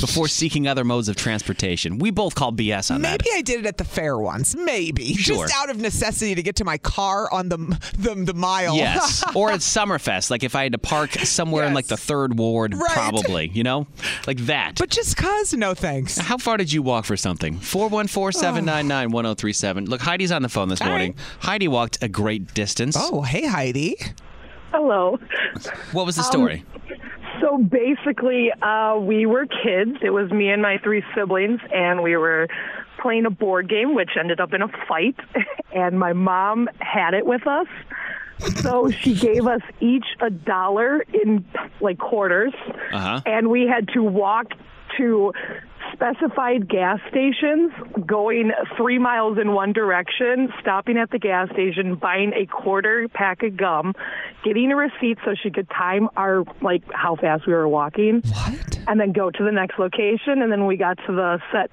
C: before seeking other modes of transportation. We both call BS on that.
B: Maybe I did it at the fair once. Maybe.
C: Sure.
B: Just out of necessity to get to my car on the the, the mile.
C: Yes. Or at Summerfest, like if I had to park somewhere in like the third ward,
B: Right.
C: probably, you know? Like that. But
B: just cause, no thanks.
C: How far did you walk for something? 414 799 1037. Look, Heidi's on the phone this morning. Heidi walked a great distance.
B: Oh, hey, Heidi.
I: Hello.
C: What was the
I: Um,
C: story?
I: So basically, uh, we were kids. It was me and my three siblings, and we were playing a board game, which ended up in a fight. And my mom had it with us. So she gave us each a dollar in like quarters,
C: Uh-huh.
I: and we had to walk to specified gas stations, going three miles in one direction, stopping at the gas station, buying a quarter pack of gum, getting a receipt so she could time our like how fast we were walking. What? And then go to the next location and then we got to the set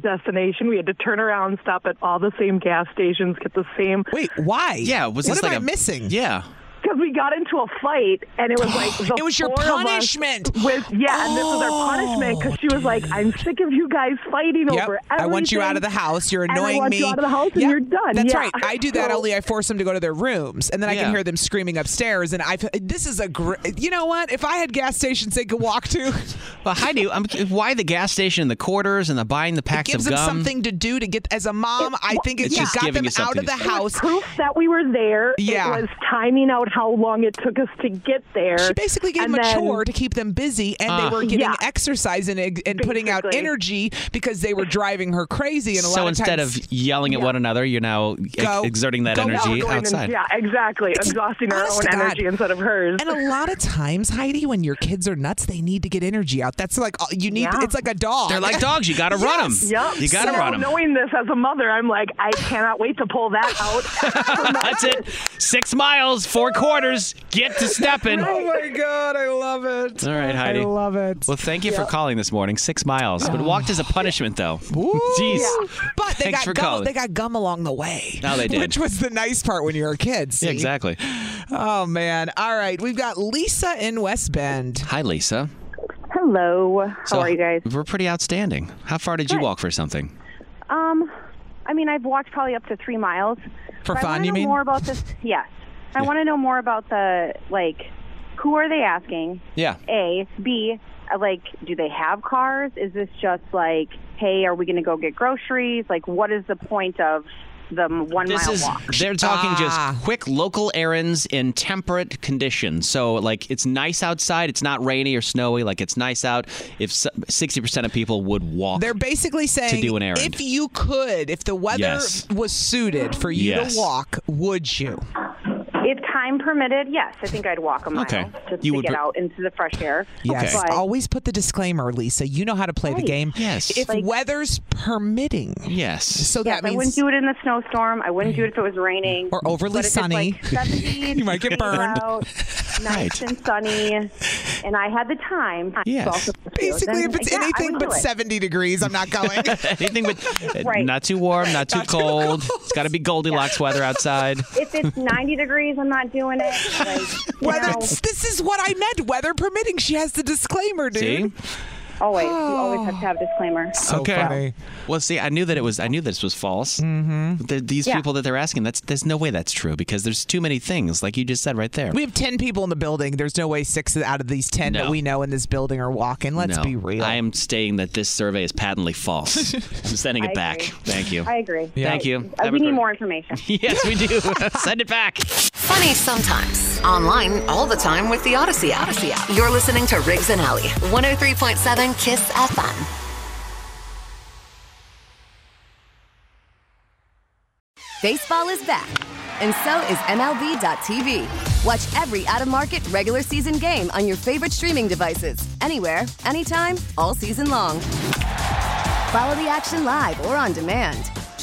I: destination. We had to turn around, stop at all the same gas stations, get the same
B: Wait, why?
C: Yeah, was this like a missing? Yeah.
I: because we got into a fight and it was like the
B: It was your
I: four of us
B: punishment.
I: with yeah and this was
B: Oh,
I: our punishment because she was like i'm sick of you guys fighting
B: Yep.
I: over everything
B: I want you out of the house. You're
I: and
B: annoying
I: I want
B: me.
I: you out of the house and
B: Yep.
I: you're done
B: That's
I: Yeah.
B: right. I do that
I: So-
B: only. I force them to go to their rooms, and then I
C: Yeah.
B: can hear them screaming upstairs. And I, this is a great. You know what? If I had gas stations they could walk to,
C: Well, Heidi, I'm, why the gas station and the quarters and the buying the packs
B: gives
C: of
B: them
C: gum?
B: something to do to get. As a mom, I think it
C: It's just
B: got
C: giving
B: them
C: you
B: out
C: something
B: of the
C: to do.
B: house.
I: proof that we were there
B: Yeah.
I: it was timing out how long it took us to get there
B: She basically gave
I: and
B: them a
I: then-
B: chore to keep them busy, and
C: Ah.
B: they were getting
I: Yeah.
B: exercise and, and putting out energy because they were driving her crazy. And a
C: so
B: lot
C: instead
B: of, times,
C: of yelling at one another, you're now ex-
B: Go.
C: exerting that
B: Go.
C: energy
B: Go. Go in and-
C: outside.
I: yeah exactly exhausting our
B: Honest
I: own
B: to God.
I: energy instead of hers
B: And a lot of times, Heidi, when your kids are nuts, they need to get energy out. That's like all- you need.
I: Yeah.
B: It's like a dog.
C: They're like dogs. You got to run them.
I: Yep.
C: You got to
I: so
C: run them.
I: Knowing this as a mother, I'm like, I cannot wait to pull that out.
C: That's it. Six miles, four quarters. Get to stepping.
B: Oh my god, I love it.
C: All right, Heidi.
B: I love it.
C: Well, thank you for calling this morning. Six miles, but walked as a punishment, though.
B: Ooh.
C: Jeez.
B: But they
C: Thanks
B: got
C: for
B: gum.
C: calling.
B: They got gum along the way.
C: No, they did.
B: Which was the nice part when you were a kid. see?
C: Yeah, exactly.
B: Oh man. All right, we've got Lisa in West Bend.
C: Hi, Lisa.
L: Hello. How
C: So,
L: are you guys?
C: We're pretty outstanding. How far did you walk for something?
L: Um, I mean, I've walked probably up to three miles.
C: For
L: But
C: fun,
L: I wanna
C: you
L: know
C: mean?
L: More about this? Yes. I want to know more about the like, who are they asking?
C: Yeah.
L: A, B, uh, like, do they have cars? Is this just like, hey, are we going to go get groceries? Like, what is the point of the m- one
C: This
L: mile
C: is
L: walk?
C: they're talking
B: Ah.
C: just quick local errands in temperate conditions. So like it's nice outside, it's not rainy or snowy, like it's nice out. If sixty percent of people would walk,
B: They're basically saying
C: do an errand.
B: if you could, if the weather
C: Yes.
B: was suited for you
C: Yes.
B: to walk, would you?
L: If time permitted, yes, I think I'd walk a mile
B: Okay.
L: just
B: You
L: to
B: would
L: get
B: pre-
L: out into the fresh air.
B: Yes.
L: But-
B: Always put the disclaimer, Lisa. You know how to play the
L: Right.
B: game.
L: Yes.
B: If
L: Like-
B: weather's permitting.
C: Yes.
B: So
L: yes,
B: that means
L: I wouldn't do it in the snowstorm. I wouldn't do it if it was raining
B: Or overly
L: But if it's,
B: sunny.
L: like, 70
B: You might get
L: degrees
B: burned.
L: out, nice and sunny, and I had the time.
C: Yes.
L: Also,
B: basically
L: then,
B: if it's
L: yeah, I
B: anything
L: would
B: but
L: do it.
B: 70 degrees, I'm not going.
C: Anything but
L: Right.
C: not too warm, not too cold. It's got to be Goldilocks weather outside.
L: If it's 90 degrees, I'm not doing it. Like, you
B: Weather,
L: know,
B: this is what I meant. Weather permitting, she has the disclaimer, dude. Ah.
L: always, you always have to have a disclaimer.
C: Well, see, I knew that it was. I knew this was false. Mm-hmm. these
L: Yeah.
C: people that they're asking, that's there's no way that's true because there's too many things, like you just said right there.
B: We have 10 people in the building. There's no way six out of these 10 that we know in this building are walking. Let's
C: No.
B: be real.
C: I am stating that this survey is patently false. I'm sending it
L: I
C: back.
L: agree.
C: Thank you.
L: I agree.
C: Thank you.
L: Uh,
C: Have
L: we
C: a
L: need
C: great-
L: more information.
C: yes, we do. Send it back.
A: Funny sometimes. Online all the time with the Odyssey app. Odyssey app. You're listening to Riggs and Alley, 103.7 Kiss FM.
M: Baseball is back, and so is MLB.tv. Watch every out of market regular season game on your favorite streaming devices, anywhere, anytime, all season long. Follow the action live or on demand.